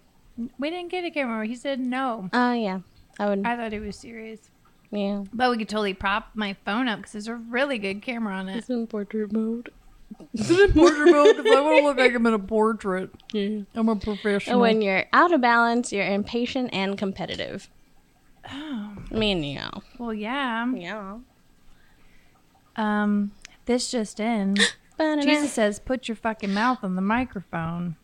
[SPEAKER 3] We didn't get a camera. He said no.
[SPEAKER 2] Oh yeah, I would.
[SPEAKER 3] I thought he was serious.
[SPEAKER 2] yeah,
[SPEAKER 3] But we could totally prop my phone up because there's a really good camera on it.
[SPEAKER 2] it's in portrait mode.
[SPEAKER 3] Portrait mode. I want to look like I'm in a portrait.
[SPEAKER 2] Yeah.
[SPEAKER 3] I'm a
[SPEAKER 2] And
[SPEAKER 3] professional.
[SPEAKER 2] when you're out of balance, you're impatient and competitive.
[SPEAKER 3] oh,
[SPEAKER 2] I mean, you know,
[SPEAKER 3] well, yeah.
[SPEAKER 2] yeah.
[SPEAKER 3] Um, this just in. Jesus says, "Put your fucking mouth on the microphone."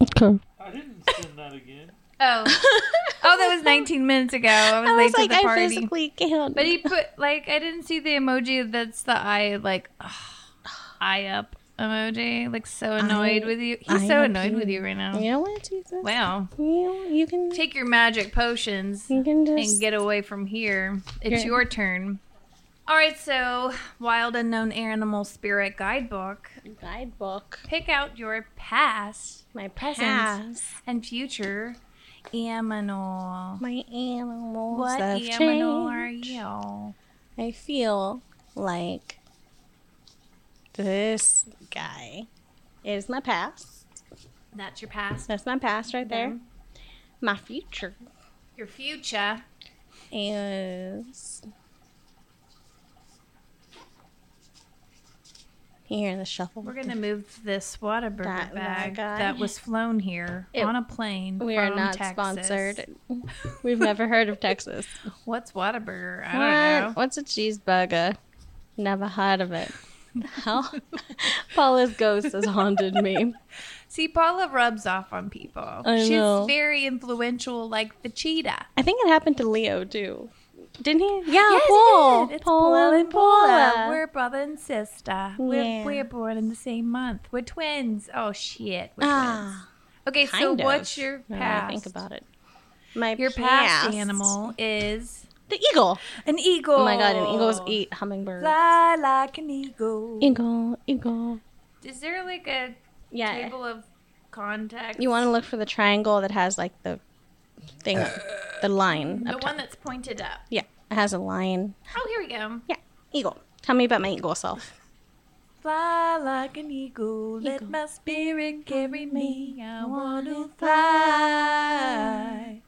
[SPEAKER 2] Okay.
[SPEAKER 1] I didn't send that again.
[SPEAKER 3] Oh, oh, that was 19 minutes ago. I was,
[SPEAKER 2] I
[SPEAKER 3] late
[SPEAKER 2] was like,
[SPEAKER 3] to the
[SPEAKER 2] I
[SPEAKER 3] party.
[SPEAKER 2] physically can't.
[SPEAKER 3] But he put like I didn't see the emoji that's the eye like eye up emoji. Like so annoyed
[SPEAKER 2] I-
[SPEAKER 3] with you.
[SPEAKER 2] I
[SPEAKER 3] He's so
[SPEAKER 2] up
[SPEAKER 3] annoyed
[SPEAKER 2] you.
[SPEAKER 3] with you right now.
[SPEAKER 2] you know what, Jesus?
[SPEAKER 3] Wow.
[SPEAKER 2] You, you can
[SPEAKER 3] Take your magic potions
[SPEAKER 2] you can
[SPEAKER 3] and
[SPEAKER 2] just
[SPEAKER 3] get away from here. It's
[SPEAKER 2] Yeah.
[SPEAKER 3] your turn. All right, so Wild Unknown Animal Spirit Guidebook.
[SPEAKER 2] guidebook
[SPEAKER 3] Pick out your past
[SPEAKER 2] my
[SPEAKER 3] Presents.
[SPEAKER 2] past.
[SPEAKER 3] and future Aminal.
[SPEAKER 2] My animals
[SPEAKER 3] What
[SPEAKER 2] have
[SPEAKER 3] aminal are
[SPEAKER 2] changed.
[SPEAKER 3] you?
[SPEAKER 2] I feel like this guy is my past.
[SPEAKER 3] That's your past.
[SPEAKER 2] That's my past right there. My future
[SPEAKER 3] Your future.
[SPEAKER 2] is. You hear the shuffle?
[SPEAKER 3] We're gonna move this Whataburger
[SPEAKER 2] That
[SPEAKER 3] bag
[SPEAKER 2] guy.
[SPEAKER 3] that was flown here
[SPEAKER 2] It-
[SPEAKER 3] on a plane.
[SPEAKER 2] We are
[SPEAKER 3] from
[SPEAKER 2] not
[SPEAKER 3] Texas.
[SPEAKER 2] sponsored. We've never heard of Texas.
[SPEAKER 3] What's Whataburger? I
[SPEAKER 2] What?
[SPEAKER 3] don't know.
[SPEAKER 2] What's a cheeseburger? Never heard of it. How? Paula's ghost has haunted me.
[SPEAKER 3] See, Paula rubs off on people.
[SPEAKER 2] I
[SPEAKER 3] She's
[SPEAKER 2] know.
[SPEAKER 3] very influential, like the cheetah.
[SPEAKER 2] I think it happened to Leo too. Didn't he? Yeah,
[SPEAKER 3] it
[SPEAKER 2] Paul.
[SPEAKER 3] did. It's
[SPEAKER 2] Paul and Paula.
[SPEAKER 3] We're brother and sister.
[SPEAKER 2] Yeah.
[SPEAKER 3] We're, we're born in the same month. We're twins. Oh shit, we're
[SPEAKER 2] ah,
[SPEAKER 3] twins. Okay, so
[SPEAKER 2] kind of,
[SPEAKER 3] what's your
[SPEAKER 2] now that I
[SPEAKER 3] past?
[SPEAKER 2] think about it. My
[SPEAKER 3] Your past, animal is
[SPEAKER 2] the eagle.
[SPEAKER 3] an eagle.
[SPEAKER 2] Oh my god, and eagles eat hummingbirds.
[SPEAKER 3] Fly like an eagle.
[SPEAKER 2] Eagle, eagle.
[SPEAKER 3] Is there like a
[SPEAKER 2] Yeah,
[SPEAKER 3] table of contacts?
[SPEAKER 2] you want to look for the triangle that has like the thing, the line.
[SPEAKER 3] the
[SPEAKER 2] up
[SPEAKER 3] one
[SPEAKER 2] top.
[SPEAKER 3] that's pointed up.
[SPEAKER 2] Yeah, it has a line.
[SPEAKER 3] Oh, here we go.
[SPEAKER 2] Yeah, eagle. Tell me about my eagle self.
[SPEAKER 3] Fly like an eagle, let
[SPEAKER 2] Eagle.
[SPEAKER 3] my spirit carry me. I want to fly.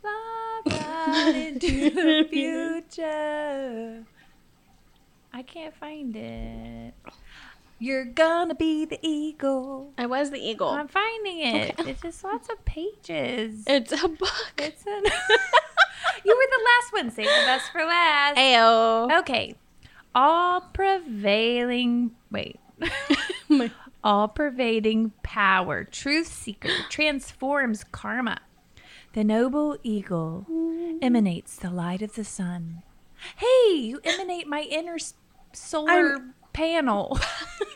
[SPEAKER 3] Fly right into the future. I can't find it. You're gonna be the eagle.
[SPEAKER 2] I was the eagle.
[SPEAKER 3] I'm finding it. It's just lots of pages.
[SPEAKER 2] it's a book.
[SPEAKER 3] It's an you were the last one. Save the best for last.
[SPEAKER 2] Ayo.
[SPEAKER 3] Okay. All prevailing. Wait.
[SPEAKER 2] My-
[SPEAKER 3] All pervading power. Truth seeker transforms karma. The noble eagle emanates the light of the sun. Hey, you emanate my inner s- solar panel.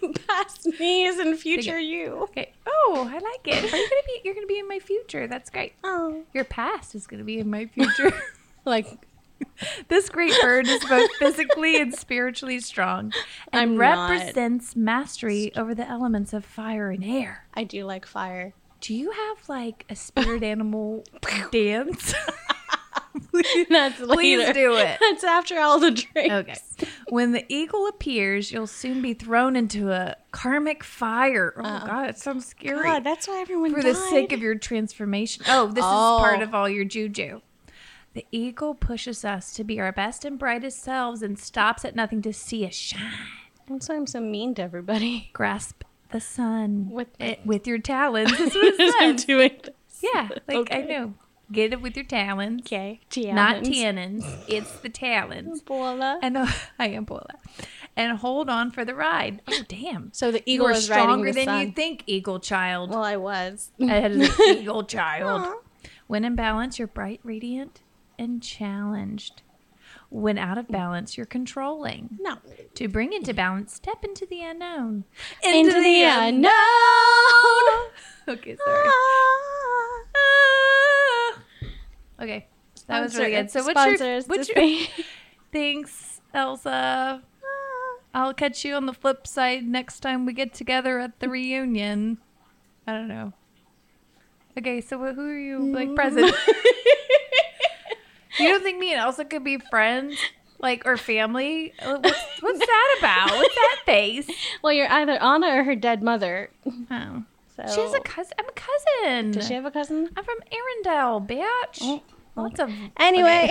[SPEAKER 2] Past me is in future you.
[SPEAKER 3] Okay. Oh, I like it. Are you gonna be? You're gonna be in my future. That's great.
[SPEAKER 2] Oh.
[SPEAKER 3] Your past is gonna be in my future.
[SPEAKER 2] Like
[SPEAKER 3] This great bird is both physically and spiritually strong and
[SPEAKER 2] I'm not.
[SPEAKER 3] represents mastery over the elements of fire and air.
[SPEAKER 2] I do like fire.
[SPEAKER 3] Do you have like a spirit animal dance?
[SPEAKER 2] That's
[SPEAKER 3] Please
[SPEAKER 2] later.
[SPEAKER 3] do it.
[SPEAKER 2] That's after all the drinks.
[SPEAKER 3] Okay. When the eagle appears, you'll soon be thrown into a karmic fire. Oh, God, it sounds scary.
[SPEAKER 2] God, that's why everyone
[SPEAKER 3] for
[SPEAKER 2] died.
[SPEAKER 3] the sake of your transformation. Oh, this
[SPEAKER 2] Oh.
[SPEAKER 3] is part of all your juju. The eagle pushes us to be our best and brightest selves and stops at nothing to see us shine.
[SPEAKER 2] That's why I'm so mean to everybody.
[SPEAKER 3] grasp the sun
[SPEAKER 2] With-
[SPEAKER 3] it, with your talons. That's what it
[SPEAKER 2] Because I'm
[SPEAKER 3] says.
[SPEAKER 2] doing this.
[SPEAKER 3] yeah, like I
[SPEAKER 2] Okay.
[SPEAKER 3] know. Get it with your talons,
[SPEAKER 2] Okay.
[SPEAKER 3] not tannins. It's the
[SPEAKER 2] Oh,
[SPEAKER 3] talons.
[SPEAKER 2] Paula.
[SPEAKER 3] And uh, I am Paula. And hold on for the ride. Oh, damn.
[SPEAKER 2] So the
[SPEAKER 3] You
[SPEAKER 2] eagle
[SPEAKER 3] are
[SPEAKER 2] is riding
[SPEAKER 3] stronger
[SPEAKER 2] the
[SPEAKER 3] than
[SPEAKER 2] sun.
[SPEAKER 3] you think, eagle child.
[SPEAKER 2] well, I was.
[SPEAKER 3] Ahead of the eagle child. When in balance, you're bright, radiant, and challenged. When out of balance, you're controlling.
[SPEAKER 2] No.
[SPEAKER 3] To bring into balance, step into the unknown.
[SPEAKER 2] Into the unknown.
[SPEAKER 3] Okay, sorry.
[SPEAKER 2] Ah.
[SPEAKER 3] Okay, that was really good. So what's your
[SPEAKER 2] Sponsors
[SPEAKER 3] what's your
[SPEAKER 2] Disney.
[SPEAKER 3] thanks, Elsa?
[SPEAKER 2] Ah.
[SPEAKER 3] I'll catch you on the flip side next time we get together at the reunion. I don't know. Okay, so wh- who are you
[SPEAKER 2] Mm.
[SPEAKER 3] like present? you don't think me and Elsa could be friends, like or family? Uh, What's, what's that about? What's that face?
[SPEAKER 2] well, you're either Anna or her dead mother.
[SPEAKER 3] Oh.
[SPEAKER 2] So
[SPEAKER 3] She has a cousin. I'm a cousin.
[SPEAKER 2] Does she have Oh, a cousin?
[SPEAKER 3] I'm from Arendelle, bitch. Lots of.
[SPEAKER 2] Anyway,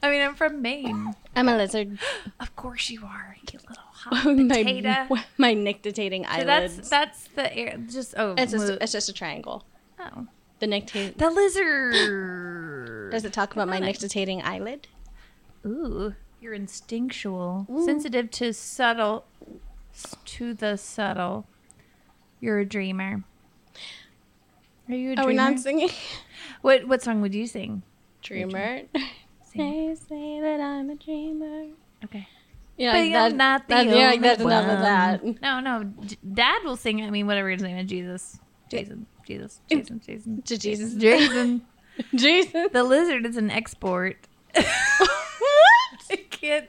[SPEAKER 3] I mean, I'm from Maine.
[SPEAKER 2] I'm a lizard.
[SPEAKER 3] Of course you are, you little hot
[SPEAKER 2] Oh,
[SPEAKER 3] potato.
[SPEAKER 2] my, my nictitating
[SPEAKER 3] So
[SPEAKER 2] eyelids.
[SPEAKER 3] that's that's the air. Just oh,
[SPEAKER 2] it's, just,
[SPEAKER 3] mo-
[SPEAKER 2] it's just a triangle.
[SPEAKER 3] oh.
[SPEAKER 2] The nictitating.
[SPEAKER 3] the lizard.
[SPEAKER 2] Does it talk about my nictitating eyelid?
[SPEAKER 3] Ooh, you're instinctual, sensitive to subtle, s- to the subtle. You're a dreamer. Are you a
[SPEAKER 2] Are
[SPEAKER 3] dreamer?
[SPEAKER 2] we not singing?
[SPEAKER 3] what what song would you sing?
[SPEAKER 2] Dreamer.
[SPEAKER 3] Sing.
[SPEAKER 2] They say that I'm a dreamer.
[SPEAKER 3] Okay.
[SPEAKER 2] Yeah,
[SPEAKER 3] But
[SPEAKER 2] like
[SPEAKER 3] you're
[SPEAKER 2] that,
[SPEAKER 3] not the
[SPEAKER 2] that, yeah, like
[SPEAKER 3] only
[SPEAKER 2] that's enough of
[SPEAKER 3] one.
[SPEAKER 2] that.
[SPEAKER 3] No, no. J- Dad will sing. I mean, whatever his name is, Jesus, Jason, Jesus, Jason, Jason,
[SPEAKER 2] To Jesus.
[SPEAKER 3] Jason.
[SPEAKER 2] Jesus.
[SPEAKER 3] The lizard is an export. I can't.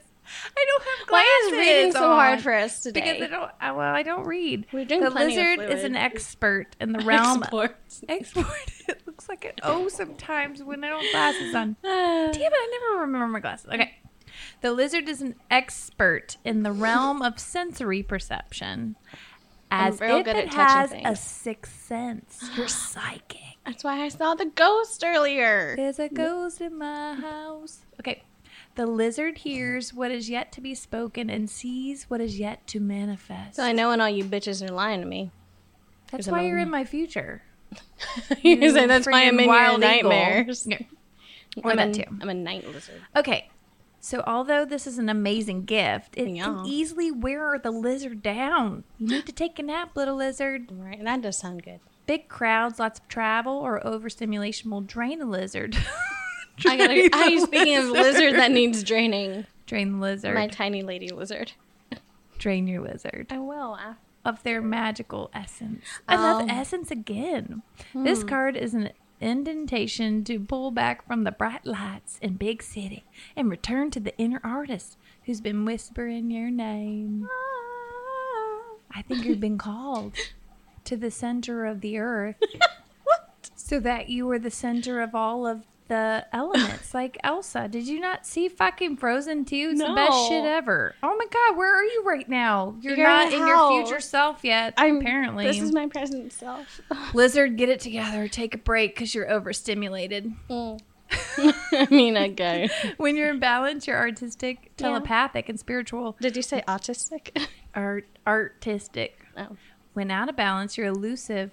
[SPEAKER 3] I don't have glasses.
[SPEAKER 2] Why is reading so hard
[SPEAKER 3] on.
[SPEAKER 2] for us today?
[SPEAKER 3] Because I don't. I- Well, I don't read.
[SPEAKER 2] We're doing
[SPEAKER 3] the
[SPEAKER 2] plenty of
[SPEAKER 3] lizard is
[SPEAKER 2] fluid.
[SPEAKER 3] an expert in the realm. Export.
[SPEAKER 2] Exports.
[SPEAKER 3] It looks like an O sometimes when I don't have glasses on.
[SPEAKER 2] Ah.
[SPEAKER 3] Damn it! I never remember my glasses. Okay. The lizard is an expert in the realm of sensory perception,
[SPEAKER 2] I'm
[SPEAKER 3] as
[SPEAKER 2] real
[SPEAKER 3] if
[SPEAKER 2] good
[SPEAKER 3] it
[SPEAKER 2] at touching
[SPEAKER 3] has a
[SPEAKER 2] things.
[SPEAKER 3] sixth sense. You're psychic.
[SPEAKER 2] That's why I saw the ghost earlier.
[SPEAKER 3] There's a ghost in my house. Okay. The lizard hears what is yet to be spoken and sees what is yet to manifest.
[SPEAKER 2] So I know when all you bitches are lying to me.
[SPEAKER 3] That's
[SPEAKER 2] There's a
[SPEAKER 3] why you're
[SPEAKER 2] moment.
[SPEAKER 3] in my future.
[SPEAKER 2] you say that's why I'm
[SPEAKER 3] friggin'
[SPEAKER 2] in your
[SPEAKER 3] wild eagle."
[SPEAKER 2] nightmares.
[SPEAKER 3] Yeah. Or
[SPEAKER 2] I'm,
[SPEAKER 3] that
[SPEAKER 2] a,
[SPEAKER 3] too.
[SPEAKER 2] I'm a night lizard.
[SPEAKER 3] Okay. So although this is an amazing gift, it
[SPEAKER 2] Yeah.
[SPEAKER 3] can easily wear the lizard down. You need to take a nap, little lizard.
[SPEAKER 2] Right? That does sound good.
[SPEAKER 3] Big crowds, lots of travel, or overstimulation will drain a lizard.
[SPEAKER 2] I gotta,
[SPEAKER 3] Drain
[SPEAKER 2] are you
[SPEAKER 3] the
[SPEAKER 2] speaking of lizard that needs draining?
[SPEAKER 3] drain the lizard.
[SPEAKER 2] My tiny lady lizard.
[SPEAKER 3] drain your lizard.
[SPEAKER 2] I will. af-
[SPEAKER 3] of their magical essence. I love
[SPEAKER 2] Um, hmm.
[SPEAKER 3] essence again. This card is an indentation to pull back from the bright lights in big city and return to the inner artist who's been whispering your name.
[SPEAKER 2] Ah.
[SPEAKER 3] I think you've been called to the center of the earth so that you were the center of all of the elements like Elsa. Did you not see fucking Frozen 2? It's the best shit
[SPEAKER 2] No.
[SPEAKER 3] ever. Oh my god, where are you right now? You're,
[SPEAKER 2] You're
[SPEAKER 3] not
[SPEAKER 2] in a
[SPEAKER 3] in
[SPEAKER 2] house.
[SPEAKER 3] your future self yet.
[SPEAKER 2] I'm
[SPEAKER 3] apparently.
[SPEAKER 2] This is my present self.
[SPEAKER 3] Lizard, get it together. Take a break because you're overstimulated.
[SPEAKER 2] Mm. I mean, I go.
[SPEAKER 3] When you're in balance, you're artistic,
[SPEAKER 2] Mm. Yeah.
[SPEAKER 3] telepathic, and spiritual.
[SPEAKER 2] Did you say autistic?
[SPEAKER 3] Art, artistic.
[SPEAKER 2] no.
[SPEAKER 3] When out of balance, you're elusive,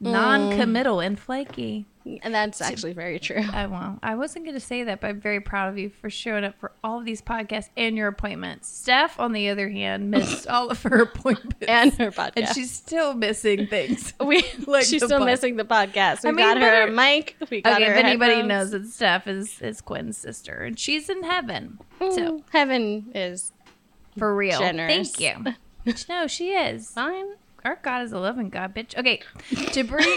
[SPEAKER 3] non-committal, and flaky.
[SPEAKER 2] And that's actually very true.
[SPEAKER 3] I won't. I wasn't going to say that, but I'm very proud of you for showing up for all of these podcasts and your appointments. Steph, on the other hand, missed all of her appointments,
[SPEAKER 2] And her podcast.
[SPEAKER 3] and she's still missing things.
[SPEAKER 2] we,
[SPEAKER 3] like
[SPEAKER 2] she's
[SPEAKER 3] the
[SPEAKER 2] still
[SPEAKER 3] pod-
[SPEAKER 2] missing the podcast. We
[SPEAKER 3] I mean,
[SPEAKER 2] got her
[SPEAKER 3] better-
[SPEAKER 2] a mic. We got
[SPEAKER 3] Okay,
[SPEAKER 2] her
[SPEAKER 3] if anybody
[SPEAKER 2] headphones.
[SPEAKER 3] knows that Steph is is Quinn's sister, and she's in heaven. So
[SPEAKER 2] Mm, heaven is
[SPEAKER 3] for real,
[SPEAKER 2] Generous.
[SPEAKER 3] thank you. No, she is.
[SPEAKER 2] fine.
[SPEAKER 3] Our God is a loving God, bitch. Okay, to bring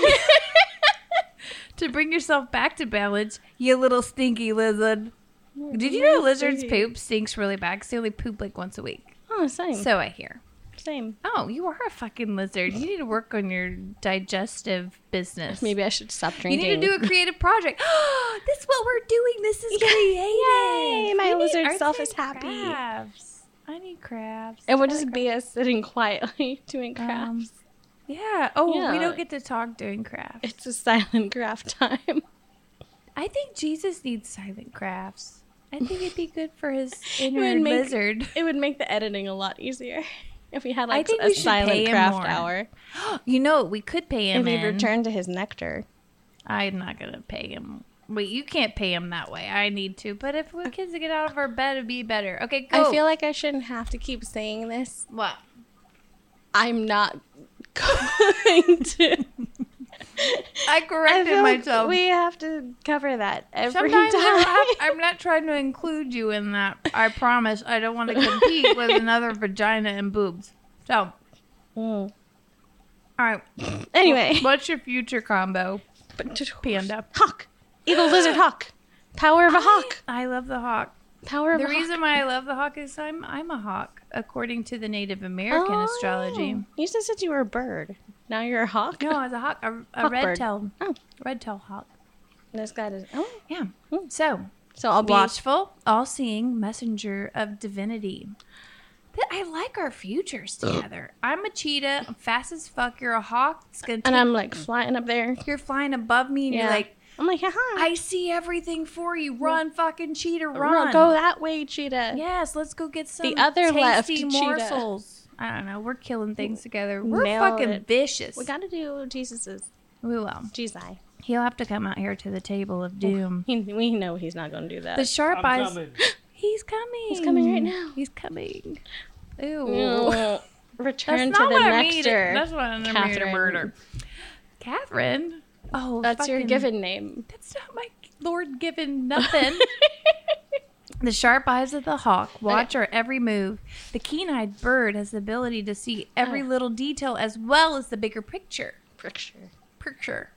[SPEAKER 3] to bring yourself back to balance, you little stinky lizard. Did you know lizards'
[SPEAKER 2] stinky.
[SPEAKER 3] poop stinks really bad? 'Cause they only poop like once a week.
[SPEAKER 2] Oh, same.
[SPEAKER 3] So I hear.
[SPEAKER 2] same.
[SPEAKER 3] Oh, you are a fucking lizard. You need to work on your digestive business.
[SPEAKER 2] Maybe I should stop
[SPEAKER 3] You
[SPEAKER 2] drinking.
[SPEAKER 3] need to do a creative project. this is what we're doing. This is creative.
[SPEAKER 2] Yay, my
[SPEAKER 3] We need
[SPEAKER 2] lizard
[SPEAKER 3] arts
[SPEAKER 2] self
[SPEAKER 3] and
[SPEAKER 2] is happy.
[SPEAKER 3] crafts. I need crafts.
[SPEAKER 2] It would
[SPEAKER 3] I
[SPEAKER 2] just
[SPEAKER 3] like
[SPEAKER 2] be us sitting quietly doing crafts.
[SPEAKER 3] Um, yeah. Oh, we
[SPEAKER 2] Yeah.
[SPEAKER 3] don't get to talk doing crafts.
[SPEAKER 2] it's a silent craft time.
[SPEAKER 3] I think Jesus needs silent crafts. I think it'd be good for his inner
[SPEAKER 2] would make-
[SPEAKER 3] lizard.
[SPEAKER 2] It would make the editing a lot easier if we had like
[SPEAKER 3] think we
[SPEAKER 2] a
[SPEAKER 3] should pay
[SPEAKER 2] silent
[SPEAKER 3] him
[SPEAKER 2] craft
[SPEAKER 3] more.
[SPEAKER 2] hour.
[SPEAKER 3] You know, we could pay him.
[SPEAKER 2] And he'd
[SPEAKER 3] in.
[SPEAKER 2] return to his nectar.
[SPEAKER 3] I'm not gonna pay him. Wait, you can't pay him that way. I need to. But if we kids get out of our bed, it'd be better. Okay, go.
[SPEAKER 2] I feel like I shouldn't have to keep saying this.
[SPEAKER 3] what?
[SPEAKER 2] I'm not going to.
[SPEAKER 3] I
[SPEAKER 2] I
[SPEAKER 3] corrected
[SPEAKER 2] feel like
[SPEAKER 3] myself.
[SPEAKER 2] we have to cover that every
[SPEAKER 3] Sometimes
[SPEAKER 2] time.
[SPEAKER 3] I have, I'm not trying to include you in that. I promise. I don't want to compete with another vagina and boobs. So, all
[SPEAKER 2] Mm.
[SPEAKER 3] right.
[SPEAKER 2] Anyway.
[SPEAKER 3] What's your future combo? Panda.
[SPEAKER 2] Hawk. Evil lizard hawk. Power of a hawk.
[SPEAKER 3] I love the hawk.
[SPEAKER 2] Power of
[SPEAKER 3] The
[SPEAKER 2] a hawk.
[SPEAKER 3] reason why I love the hawk is I'm I'm a hawk, according to the Native American
[SPEAKER 2] Oh,
[SPEAKER 3] astrology.
[SPEAKER 2] yeah. You just said you were a bird. Now you're a hawk.
[SPEAKER 3] No, as a hawk, a, a
[SPEAKER 2] Hawk
[SPEAKER 3] red
[SPEAKER 2] bird.
[SPEAKER 3] tail,
[SPEAKER 2] Oh.
[SPEAKER 3] red tail hawk.
[SPEAKER 2] This guy does. Oh,
[SPEAKER 3] Yeah. So
[SPEAKER 2] so I'll be.
[SPEAKER 3] watchful, all-seeing, messenger of divinity. But I like our futures together. I'm a cheetah. I'm fast as fuck. You're a hawk. It's gonna take,
[SPEAKER 2] And I'm like flying up there.
[SPEAKER 3] you're flying above me, and
[SPEAKER 2] Yeah.
[SPEAKER 3] you're like,
[SPEAKER 2] I'm like, haha.
[SPEAKER 3] I see everything for you. Run, fucking cheetah,
[SPEAKER 2] Ro-
[SPEAKER 3] run.
[SPEAKER 2] Go that way, cheetah.
[SPEAKER 3] Yes, let's go get some
[SPEAKER 2] other left
[SPEAKER 3] tasty
[SPEAKER 2] cheetah.
[SPEAKER 3] morsels. I don't know. We're killing things together. We're
[SPEAKER 2] Nailed
[SPEAKER 3] fucking
[SPEAKER 2] it.
[SPEAKER 3] vicious.
[SPEAKER 2] We gotta do Jesus's.
[SPEAKER 3] we will.
[SPEAKER 2] Jesus.
[SPEAKER 3] He'll have to come out here to the table
[SPEAKER 2] Oh,
[SPEAKER 3] of doom.
[SPEAKER 2] He, we know he's not gonna do that.
[SPEAKER 3] The sharp eyes. He's coming.
[SPEAKER 2] uh, He's coming right now.
[SPEAKER 3] He's coming. Ew.
[SPEAKER 2] Mm.
[SPEAKER 3] That's
[SPEAKER 2] Return
[SPEAKER 3] not
[SPEAKER 2] to the
[SPEAKER 3] what I mean. That's
[SPEAKER 2] nectar.
[SPEAKER 3] what I mean.
[SPEAKER 2] Catherine.
[SPEAKER 3] Murder. Catherine. Oh,
[SPEAKER 2] That's your
[SPEAKER 3] fucking-
[SPEAKER 2] given name.
[SPEAKER 3] That's not my lord given nothing. The sharp eyes of the hawk watch our every move. The keen eyed bird has the ability to see
[SPEAKER 2] Oh.
[SPEAKER 3] every little detail as well as the bigger picture.
[SPEAKER 2] Picture.
[SPEAKER 3] Picture.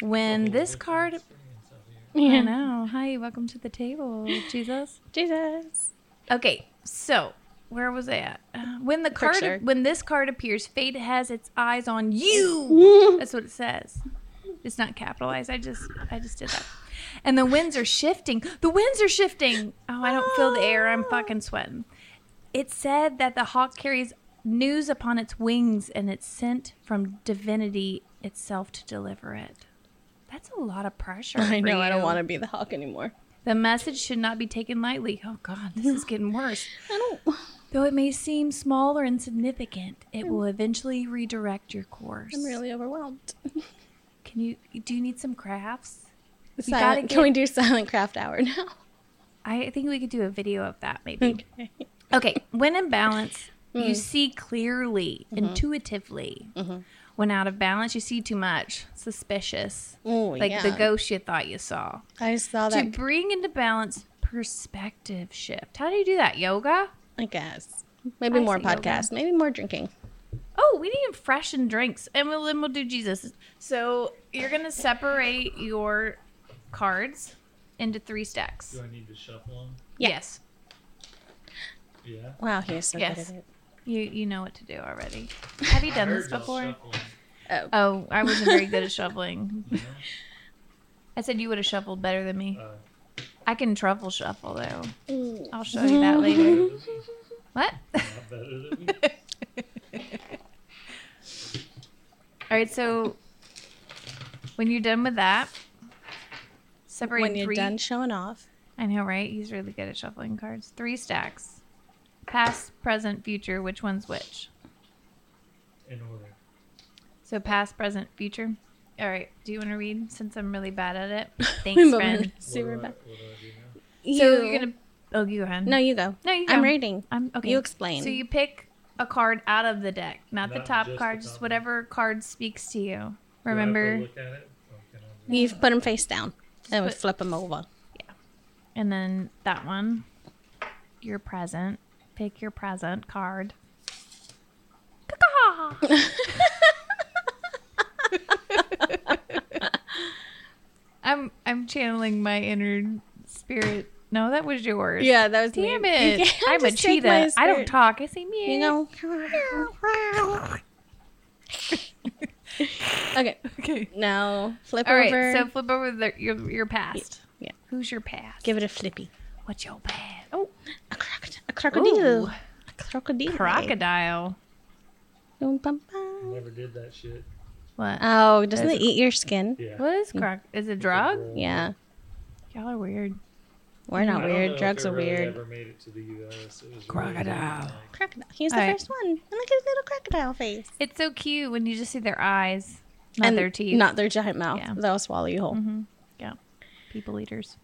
[SPEAKER 3] When this card. I
[SPEAKER 2] Yeah.
[SPEAKER 3] know. Hi, welcome to the table, Jesus.
[SPEAKER 2] Jesus.
[SPEAKER 3] Okay, So, where was I at? Uh, When the card,
[SPEAKER 2] Picture.
[SPEAKER 3] when this card appears, fate has its eyes on you. That's what it says. It's not capitalized. I just, I just did that. And the winds are shifting. The winds are shifting. Oh, I don't feel the air. I'm fucking sweating. It said that the hawk carries news upon its wings, and it's sent from divinity itself to deliver it. That's a lot of pressure.
[SPEAKER 2] I know. I don't want
[SPEAKER 3] to.
[SPEAKER 2] to be the hawk anymore.
[SPEAKER 3] The message should not be taken lightly. Oh God, this is getting worse.
[SPEAKER 2] I don't.
[SPEAKER 3] Though it may seem small or insignificant, it will eventually redirect your course.
[SPEAKER 2] Hmm. I'm really overwhelmed.
[SPEAKER 3] Can you do you need some crafts? You gotta
[SPEAKER 2] Silent,
[SPEAKER 3] get,
[SPEAKER 2] Can we do silent craft hour now?
[SPEAKER 3] I think we could do a video of that maybe.
[SPEAKER 2] Okay. Hmm.
[SPEAKER 3] Okay, when in balance, you see clearly,
[SPEAKER 2] Mm-hmm.
[SPEAKER 3] intuitively. When out of balance, you see too much, suspicious,
[SPEAKER 2] Oh,
[SPEAKER 3] like
[SPEAKER 2] yeah.
[SPEAKER 3] the ghost you thought you saw.
[SPEAKER 2] I saw
[SPEAKER 3] To
[SPEAKER 2] that.
[SPEAKER 3] bring into balance, perspective shift. How do you do that? Yoga?
[SPEAKER 2] I guess. Maybe more
[SPEAKER 3] see yoga.
[SPEAKER 2] podcasts. Maybe more drinking.
[SPEAKER 3] Oh, we need freshen drinks, and we'll, then we'll do Jesus. So you're gonna separate your cards into three stacks.
[SPEAKER 1] I need to shuffle them?
[SPEAKER 3] Yes,
[SPEAKER 1] Yeah.
[SPEAKER 2] Wow, he's so
[SPEAKER 3] Yes.
[SPEAKER 2] good
[SPEAKER 3] you you know what to do already. Have you done this before?
[SPEAKER 2] at it. Oh,
[SPEAKER 3] Oh, I wasn't very good at shoveling. I said you would have shuffled better than me. I can truffle shuffle though. I'll show you that later. What? All right, so when you're done with that, separate
[SPEAKER 2] when you're
[SPEAKER 3] three.
[SPEAKER 2] done showing off.
[SPEAKER 3] I know, right? He's really good at shuffling cards. Three stacks. Past, present, future. Which one's which?
[SPEAKER 1] In order.
[SPEAKER 3] So past, present, future. All right. Do you want to read since I'm really bad at it? Thanks,
[SPEAKER 2] Remember,
[SPEAKER 3] friend.
[SPEAKER 2] Super bad.
[SPEAKER 3] So you're going to. Oh, you go ahead.
[SPEAKER 2] No, you go.
[SPEAKER 3] No, you
[SPEAKER 2] I'm
[SPEAKER 3] go.
[SPEAKER 2] reading.
[SPEAKER 3] I'm, okay.
[SPEAKER 2] You explain.
[SPEAKER 3] So you pick a card out of the deck, not, the
[SPEAKER 1] Not
[SPEAKER 3] top
[SPEAKER 1] just the
[SPEAKER 3] card,
[SPEAKER 1] top
[SPEAKER 3] just
[SPEAKER 1] one.
[SPEAKER 3] whatever card speaks to you. Remember?
[SPEAKER 2] You put them face down and we
[SPEAKER 3] Put-
[SPEAKER 2] flip them over.
[SPEAKER 3] And then that one, your present. Pick your present card. Caw-caw. I'm I'm channeling my inner spirit. No, that was yours.
[SPEAKER 2] Yeah, that was
[SPEAKER 3] Damn
[SPEAKER 2] me.
[SPEAKER 3] it.
[SPEAKER 2] You can't
[SPEAKER 3] I'm a
[SPEAKER 2] just take my
[SPEAKER 3] cheetah. I don't
[SPEAKER 2] spirit.
[SPEAKER 3] talk. I say meow.
[SPEAKER 2] You know. okay,
[SPEAKER 3] Okay.
[SPEAKER 2] now flip
[SPEAKER 3] All right.
[SPEAKER 2] over.
[SPEAKER 3] So flip over the, your your past.
[SPEAKER 2] Yeah.
[SPEAKER 3] Who's your past?
[SPEAKER 2] Give it a flippy.
[SPEAKER 3] What's your past? Oh,
[SPEAKER 2] A, croc- a crocodile.
[SPEAKER 3] Ooh.
[SPEAKER 2] A crocodile.
[SPEAKER 3] crocodile.
[SPEAKER 2] Boom, bum, bum.
[SPEAKER 1] Never did that shit.
[SPEAKER 3] What?
[SPEAKER 2] Oh, doesn't it eat your skin?
[SPEAKER 1] Yeah.
[SPEAKER 3] what is croc? Is it drug?
[SPEAKER 2] Yeah.
[SPEAKER 3] Y'all are weird.
[SPEAKER 2] We're
[SPEAKER 1] I
[SPEAKER 2] not
[SPEAKER 1] don't know
[SPEAKER 2] weird.
[SPEAKER 1] if
[SPEAKER 2] Drugs
[SPEAKER 1] it
[SPEAKER 2] are
[SPEAKER 1] really
[SPEAKER 2] weird.
[SPEAKER 1] Ever made it to the US. It was
[SPEAKER 3] Crocodile.
[SPEAKER 2] Crocodile. He's the
[SPEAKER 3] All right.
[SPEAKER 2] first one. And look at his little crocodile face.
[SPEAKER 3] It's so cute when you just see their eyes, not their teeth.
[SPEAKER 2] Not their giant mouth.
[SPEAKER 3] Yeah.
[SPEAKER 2] They'll swallow you whole.
[SPEAKER 3] yeah. People eaters.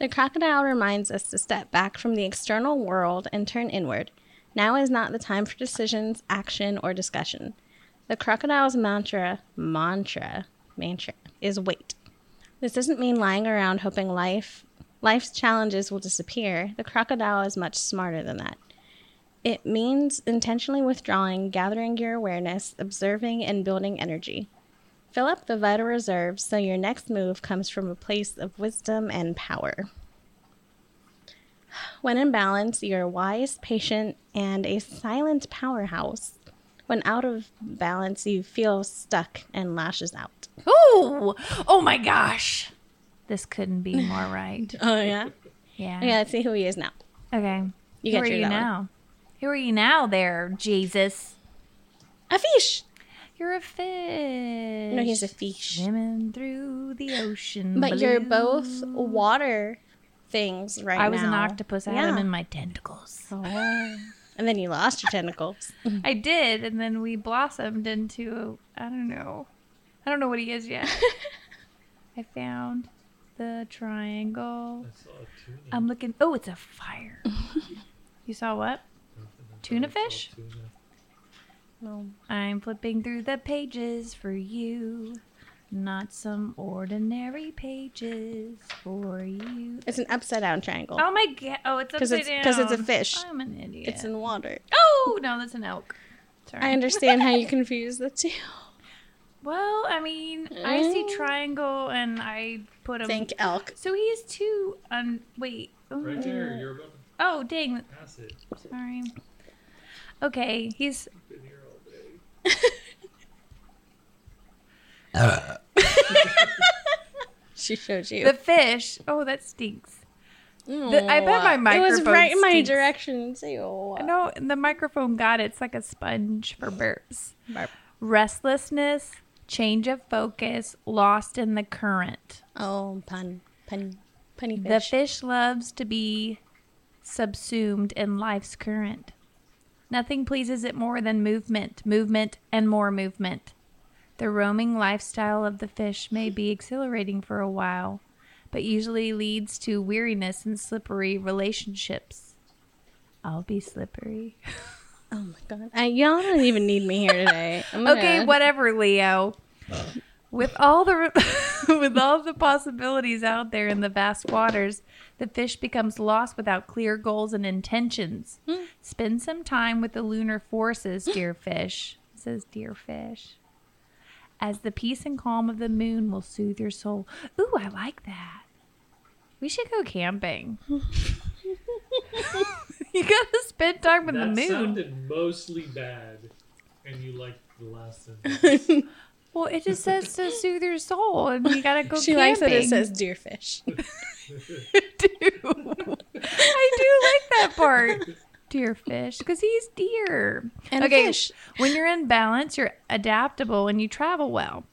[SPEAKER 2] The crocodile reminds us to step back from the external world and turn inward. Now is not the time for decisions, action, or discussion. The crocodile's mantra, mantra, mantra, is wait. This doesn't mean lying around hoping life, life's challenges will disappear. The crocodile is much smarter than that. It means intentionally withdrawing, gathering your awareness, observing, and building energy. Fill up the vital reserves so your next move comes from a place of wisdom and power. When in balance, you're wise, patient, and a silent powerhouse. When out of balance, you feel stuck and lashes out.
[SPEAKER 3] Ooh! Oh my gosh! This couldn't be more right.
[SPEAKER 2] Oh, yeah?
[SPEAKER 3] Yeah.
[SPEAKER 2] Yeah, let's see who he is now.
[SPEAKER 3] Okay.
[SPEAKER 2] You
[SPEAKER 3] Who
[SPEAKER 2] got
[SPEAKER 3] are
[SPEAKER 2] your
[SPEAKER 3] you
[SPEAKER 2] that one.
[SPEAKER 3] now? Who are you now, there, Jesus?
[SPEAKER 2] A fish!
[SPEAKER 3] You're a fish.
[SPEAKER 2] No, he's a fish.
[SPEAKER 3] Swimming through the ocean.
[SPEAKER 2] But you're
[SPEAKER 3] blue.
[SPEAKER 2] both water things right now.
[SPEAKER 3] I was an octopus. I had
[SPEAKER 2] Yeah. Oh.
[SPEAKER 3] him in my tentacles.
[SPEAKER 2] And then you lost your tentacles.
[SPEAKER 3] I did, and then we blossomed into I don't know. I don't know what he is yet. I found the triangle.
[SPEAKER 1] I saw a tuna.
[SPEAKER 3] I'm looking. Oh, it's a fire. you saw what? Tuna fish?
[SPEAKER 1] Tuna.
[SPEAKER 2] No.
[SPEAKER 3] I'm flipping through the pages for you. Not some ordinary pages for you.
[SPEAKER 2] It's an upside down triangle.
[SPEAKER 3] Oh my god. Oh, it's
[SPEAKER 2] 'Cause
[SPEAKER 3] upside
[SPEAKER 2] it's- 'cause it's a
[SPEAKER 3] down.
[SPEAKER 2] fish.
[SPEAKER 3] I'm an idiot.
[SPEAKER 2] It's in water.
[SPEAKER 3] oh, no, that's an elk. Sorry.
[SPEAKER 2] I understand how you confuse the two.
[SPEAKER 3] Well, I mean, I
[SPEAKER 2] Mm.
[SPEAKER 3] see triangle and I put him.
[SPEAKER 2] Think elk.
[SPEAKER 3] So he is two. Um, wait. Oh,
[SPEAKER 1] Right there, you're above.
[SPEAKER 3] Oh, dang. Sorry. Okay, he's.
[SPEAKER 2] She showed you.
[SPEAKER 3] The fish. Oh, that stinks. the- I bet my
[SPEAKER 2] It was
[SPEAKER 3] microphone
[SPEAKER 2] right in my
[SPEAKER 3] stinks.
[SPEAKER 2] direction too.
[SPEAKER 3] No, the microphone got it. It's like a sponge for burps. Restlessness, change of focus, lost in the current.
[SPEAKER 2] Oh, pun, pun, punny
[SPEAKER 3] The
[SPEAKER 2] fish.
[SPEAKER 3] fish loves to be subsumed in life's current. Nothing pleases it more than movement, movement, and more movement. The roaming lifestyle of the fish may be exhilarating for a while, but usually leads to weariness and slippery relationships. I'll be slippery.
[SPEAKER 2] oh my god, I, y'all don't even need me here today. I'm
[SPEAKER 3] Okay,
[SPEAKER 2] gonna-
[SPEAKER 3] whatever, Leo. With all the with all the possibilities out there in the vast waters, the fish becomes lost without clear goals and intentions.
[SPEAKER 2] Hmm.
[SPEAKER 3] Spend some time with the lunar forces, dear fish. It says dear fish. As the peace and calm of the moon will soothe your soul. Ooh, I like that. We should go camping. you gotta spend time with the
[SPEAKER 1] That
[SPEAKER 3] moon.
[SPEAKER 1] sounded mostly bad, and you liked the last sentence.
[SPEAKER 3] Well, it just says to soothe your soul, and you gotta go.
[SPEAKER 2] She likes that it says deer fish.
[SPEAKER 3] do. I do like that part, deer fish, because he's deer.
[SPEAKER 2] And a fish.
[SPEAKER 3] when you're in balance, you're adaptable, and you travel well.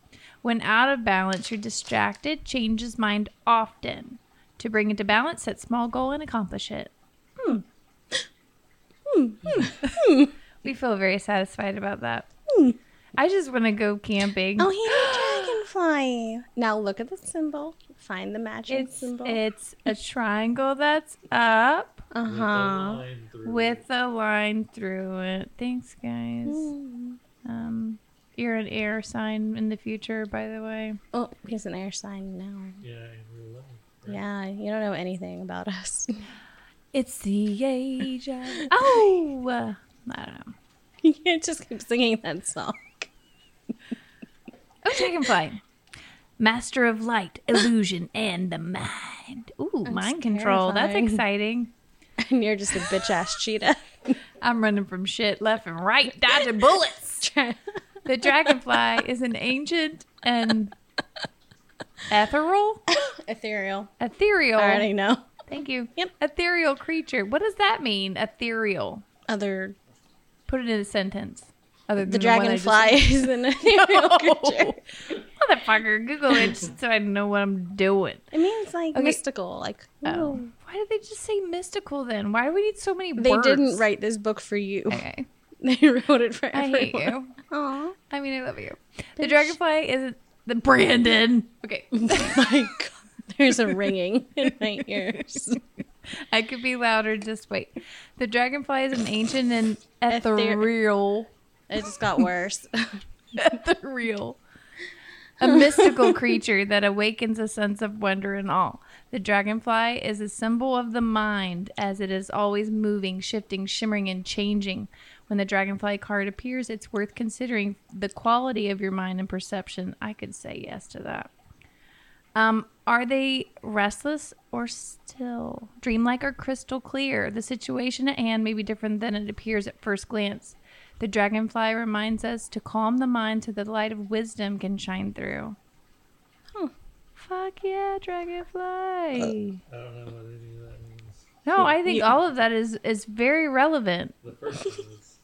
[SPEAKER 3] When out of balance, you're distracted, changes mind often. To bring it to balance, set small goal and accomplish it. Hmm. Hmm. Hmm. we feel very satisfied about that. I just want to go camping.
[SPEAKER 2] Hmm. Oh, he's a dragonfly. Now look at the symbol. Find the matching
[SPEAKER 3] It's
[SPEAKER 2] symbol.
[SPEAKER 3] it's a triangle that's up
[SPEAKER 2] uh
[SPEAKER 3] Uh-huh.
[SPEAKER 2] huh.
[SPEAKER 3] with a line through it. Thanks, guys. Um, you're an air sign in the future, by the way.
[SPEAKER 2] Oh, he's an air sign now.
[SPEAKER 1] yeah, in real life.
[SPEAKER 2] Yeah, you don't know anything about us.
[SPEAKER 3] It's the age of oh, uh, I don't know.
[SPEAKER 2] you can't just keep singing that song.
[SPEAKER 3] Oh, dragonfly, master of light, illusion, and the mind. Ooh, mind control.
[SPEAKER 2] terrifying.
[SPEAKER 3] That's exciting.
[SPEAKER 2] And you're just a bitch ass cheetah.
[SPEAKER 3] I'm running from shit left and right, dodging bullets. The dragonfly is an ancient and ethereal,
[SPEAKER 2] Ethereal.
[SPEAKER 3] ethereal.
[SPEAKER 2] I already know.
[SPEAKER 3] Thank you.
[SPEAKER 2] Yep.
[SPEAKER 3] Ethereal creature. What does that mean? Ethereal.
[SPEAKER 2] Other
[SPEAKER 3] Put it in a sentence. Other than
[SPEAKER 2] the
[SPEAKER 3] one I
[SPEAKER 2] dragonfly
[SPEAKER 3] just-
[SPEAKER 2] is an ethereal creature.
[SPEAKER 3] Motherfucker, Google it just so I know what I'm doing.
[SPEAKER 2] It means like
[SPEAKER 3] Okay.
[SPEAKER 2] mystical. Like
[SPEAKER 3] Oh.
[SPEAKER 2] ooh.
[SPEAKER 3] Why did they just say mystical then? Why do we need so many
[SPEAKER 2] they
[SPEAKER 3] words?
[SPEAKER 2] didn't write this book for you.
[SPEAKER 3] Okay.
[SPEAKER 2] They wrote it for
[SPEAKER 3] I
[SPEAKER 2] everyone.
[SPEAKER 3] hate you.
[SPEAKER 2] Aw.
[SPEAKER 3] I mean, I love you. The dragonfly is the Brandon. Okay.
[SPEAKER 2] my god. There's a ringing in my ears.
[SPEAKER 3] I could be louder. Just wait. The dragonfly is an ancient and ethereal,
[SPEAKER 2] It just got worse.
[SPEAKER 3] ethereal, a mystical creature that awakens a sense of wonder and awe. The dragonfly is a symbol of the mind, as it is always moving, shifting, shimmering, and changing. When the dragonfly card appears, it's worth considering the quality of your mind and perception. I could say yes to that. Um, are they restless or still? Dreamlike or crystal clear? The situation at hand may be different than it appears at first glance. The dragonfly reminds us to calm the mind so the light of wisdom can shine through. Fuck yeah, dragonfly.
[SPEAKER 1] Uh, I don't know what any of that means.
[SPEAKER 3] No, I think all of that is is very relevant.
[SPEAKER 1] The first one was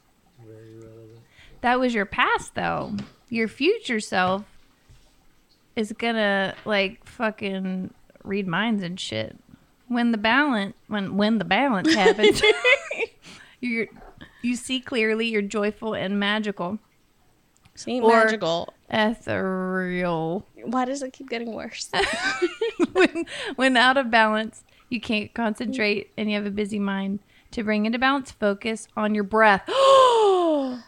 [SPEAKER 1] very relevant.
[SPEAKER 3] That was your past though. Your future self is gonna like fucking read minds and shit. When the balance when when the balance happens you you see clearly, you're joyful and magical.
[SPEAKER 2] See,
[SPEAKER 3] Or-
[SPEAKER 2] magical.
[SPEAKER 3] Ethereal.
[SPEAKER 2] Why does it keep getting worse?
[SPEAKER 3] when when out of balance, you can't concentrate and you have a busy mind. To bring into balance, focus on your breath.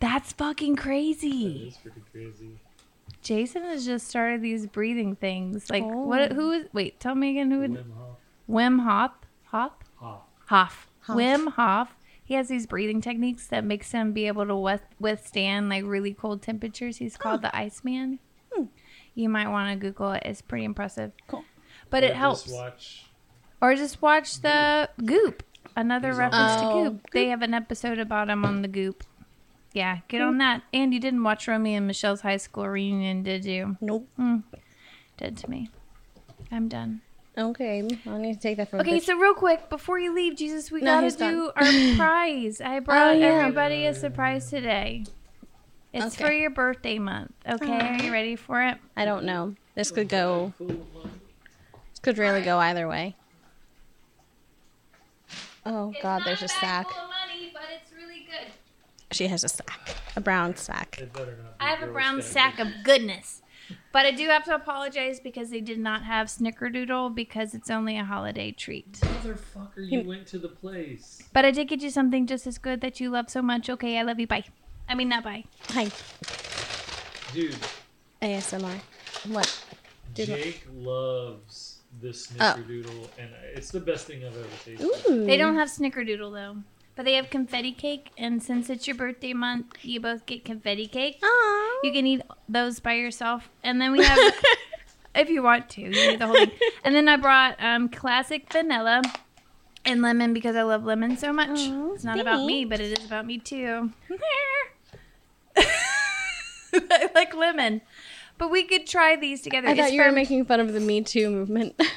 [SPEAKER 3] That's fucking crazy.
[SPEAKER 1] It's pretty crazy.
[SPEAKER 3] Jason has just started these breathing things. Like what? Who is? Wait, tell me again. Who would?
[SPEAKER 1] Wim Hof.
[SPEAKER 3] Wim Hof. Hof.
[SPEAKER 1] Hof.
[SPEAKER 3] Hof. Wim Hof. He has these breathing techniques that makes him be able to weth- withstand like really cold temperatures. He's called the Iceman. You might want to Google it. It's pretty impressive.
[SPEAKER 2] Cool.
[SPEAKER 3] But
[SPEAKER 1] I
[SPEAKER 3] it helps.
[SPEAKER 1] Just watch
[SPEAKER 3] Or just watch the Goop. Another reference
[SPEAKER 2] Oh,
[SPEAKER 3] to goop. They have an episode about him on the Goop. Yeah, get on that. And you didn't watch Romeo and Michelle's high school reunion, did you?
[SPEAKER 2] Nope.
[SPEAKER 3] Dead to me. I'm done.
[SPEAKER 2] Okay, I need to take that from.
[SPEAKER 3] Okay, so real quick before you leave, Jesus, we
[SPEAKER 2] No,
[SPEAKER 3] gotta
[SPEAKER 2] he's Oh,
[SPEAKER 3] do our prize. I brought
[SPEAKER 2] yeah.
[SPEAKER 3] everybody a surprise today. It's
[SPEAKER 2] Okay.
[SPEAKER 3] for your birthday month. Okay, are you ready for it?
[SPEAKER 2] I don't know. This could go. This could really go either way. Oh God, there's a sack. She has a sack, a brown sack.
[SPEAKER 3] I have a brown sack of goodness. But I do have to apologize because they did not have Snickerdoodle because it's only a holiday treat.
[SPEAKER 1] Motherfucker, you went to the place.
[SPEAKER 3] But I did get you something just as good that you love so much. Okay, I love you. Bye. I mean, not bye.
[SPEAKER 2] Hi,
[SPEAKER 1] Dude,
[SPEAKER 2] ASMR. What? Did-
[SPEAKER 1] Jake loves the snickerdoodle, and it's the best thing I've ever tasted.
[SPEAKER 2] Ooh.
[SPEAKER 3] They don't have Snickerdoodle though, but they have confetti cake. And since it's your birthday month, you both get confetti cake.
[SPEAKER 2] Aw.
[SPEAKER 3] You can eat those by yourself, and then we have, if you want to, you can eat the whole thing. And then I brought um, classic vanilla and lemon because I love lemon so much.
[SPEAKER 2] Aw,
[SPEAKER 3] it's not about me, but it is about me too. I like lemon, but we could try these together.
[SPEAKER 2] I
[SPEAKER 3] It's
[SPEAKER 2] thought you were
[SPEAKER 3] from-
[SPEAKER 2] making fun of the Me Too movement.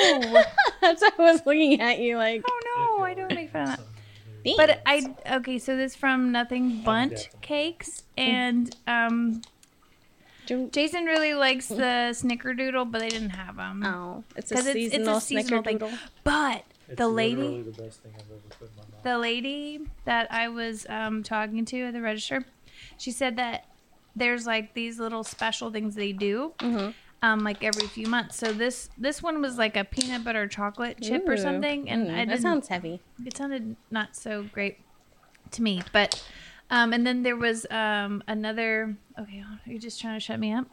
[SPEAKER 3] No.
[SPEAKER 2] That's why I was looking at you like.
[SPEAKER 3] Oh no, I don't make fun of that.
[SPEAKER 2] But
[SPEAKER 3] But I okay, so this from Nothing Bunt Cakes
[SPEAKER 2] Mm.
[SPEAKER 3] and um
[SPEAKER 2] Do-
[SPEAKER 3] Jason really likes the Snickerdoodle, but they didn't have them.
[SPEAKER 2] oh, it's a
[SPEAKER 3] 'Cause it's- it's a
[SPEAKER 2] seasonal,
[SPEAKER 3] seasonal thing.
[SPEAKER 2] snickerdoodle.
[SPEAKER 3] But
[SPEAKER 1] It's
[SPEAKER 3] the
[SPEAKER 1] literally
[SPEAKER 3] lady,
[SPEAKER 1] the best thing I've ever put in my mouth.
[SPEAKER 3] the lady that I was um, talking to at the register, she said that there's like these little special things they do.
[SPEAKER 2] Mm-hmm.
[SPEAKER 3] Um, like every few months. So this this one was like a peanut butter chocolate chip or
[SPEAKER 2] Ooh.
[SPEAKER 3] something, and
[SPEAKER 2] Mm,
[SPEAKER 3] I
[SPEAKER 2] that
[SPEAKER 3] didn't
[SPEAKER 2] sounds heavy.
[SPEAKER 3] it sounded not so great to me but um and then there was um another okay hold on, you're just trying to shut me up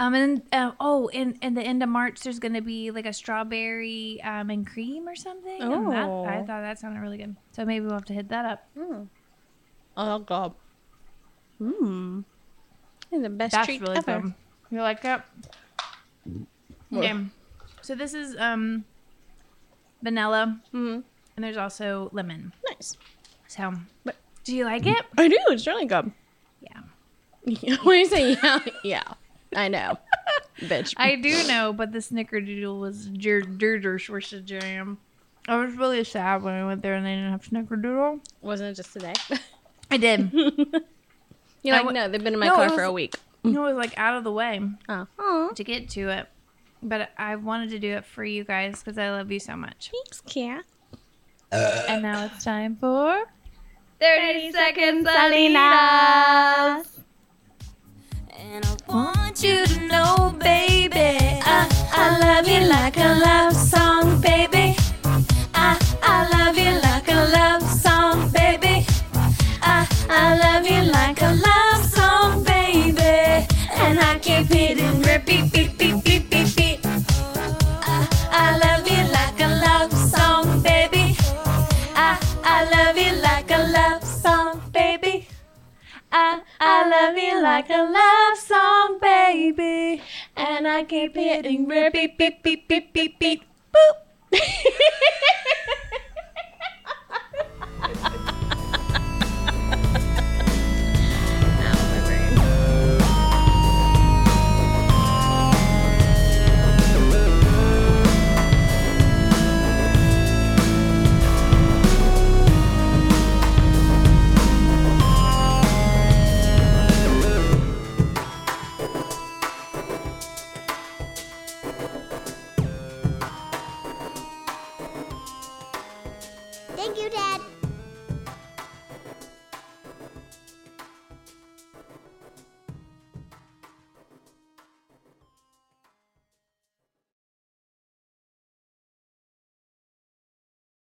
[SPEAKER 3] um and uh, oh and and the end of march there's gonna be like a strawberry um and cream or something and that,
[SPEAKER 2] Oh.
[SPEAKER 3] i thought that sounded really good so maybe we'll have to hit that up
[SPEAKER 2] Oh god. Mmm. The best
[SPEAKER 3] that's
[SPEAKER 2] treat
[SPEAKER 3] really
[SPEAKER 2] ever.
[SPEAKER 3] good you like that okay so this is um vanilla
[SPEAKER 2] Mm,
[SPEAKER 3] and there's also lemon
[SPEAKER 2] nice.
[SPEAKER 3] so
[SPEAKER 2] But-
[SPEAKER 3] do you like it
[SPEAKER 2] I do. It's really good.
[SPEAKER 3] yeah
[SPEAKER 2] when you say yeah, yeah, I know, bitch.
[SPEAKER 3] I do know, but the snickerdoodle was Derderschwisha jam. I was really sad when I went there and they didn't have snickerdoodle.
[SPEAKER 2] wasn't it just today.
[SPEAKER 3] I did. you
[SPEAKER 2] You're
[SPEAKER 3] I
[SPEAKER 2] like,
[SPEAKER 3] wa-
[SPEAKER 2] no, they've been in my
[SPEAKER 3] No,
[SPEAKER 2] car
[SPEAKER 3] it
[SPEAKER 2] for
[SPEAKER 3] was-
[SPEAKER 2] a week.
[SPEAKER 3] know, it was like out of the way
[SPEAKER 2] Oh, Aw,
[SPEAKER 3] to get to it. But I wanted to do it for you guys because I love you so much.
[SPEAKER 2] thanks, Kat.
[SPEAKER 3] And now it's time for
[SPEAKER 5] 30 seconds, Salinas. And I want you to know, baby, I, I love you like a love song, baby. I, I love you like a love song, baby. I, I love you like a love song, baby. And I keep hitting repeat, beat, beat, beat, beat, beat. I, I love you like a love song, baby. I, I love you like a love song, baby. I, I love you like a love song, baby. And I keep hitting repeat, beep, beep, beep, beep, beep, boop.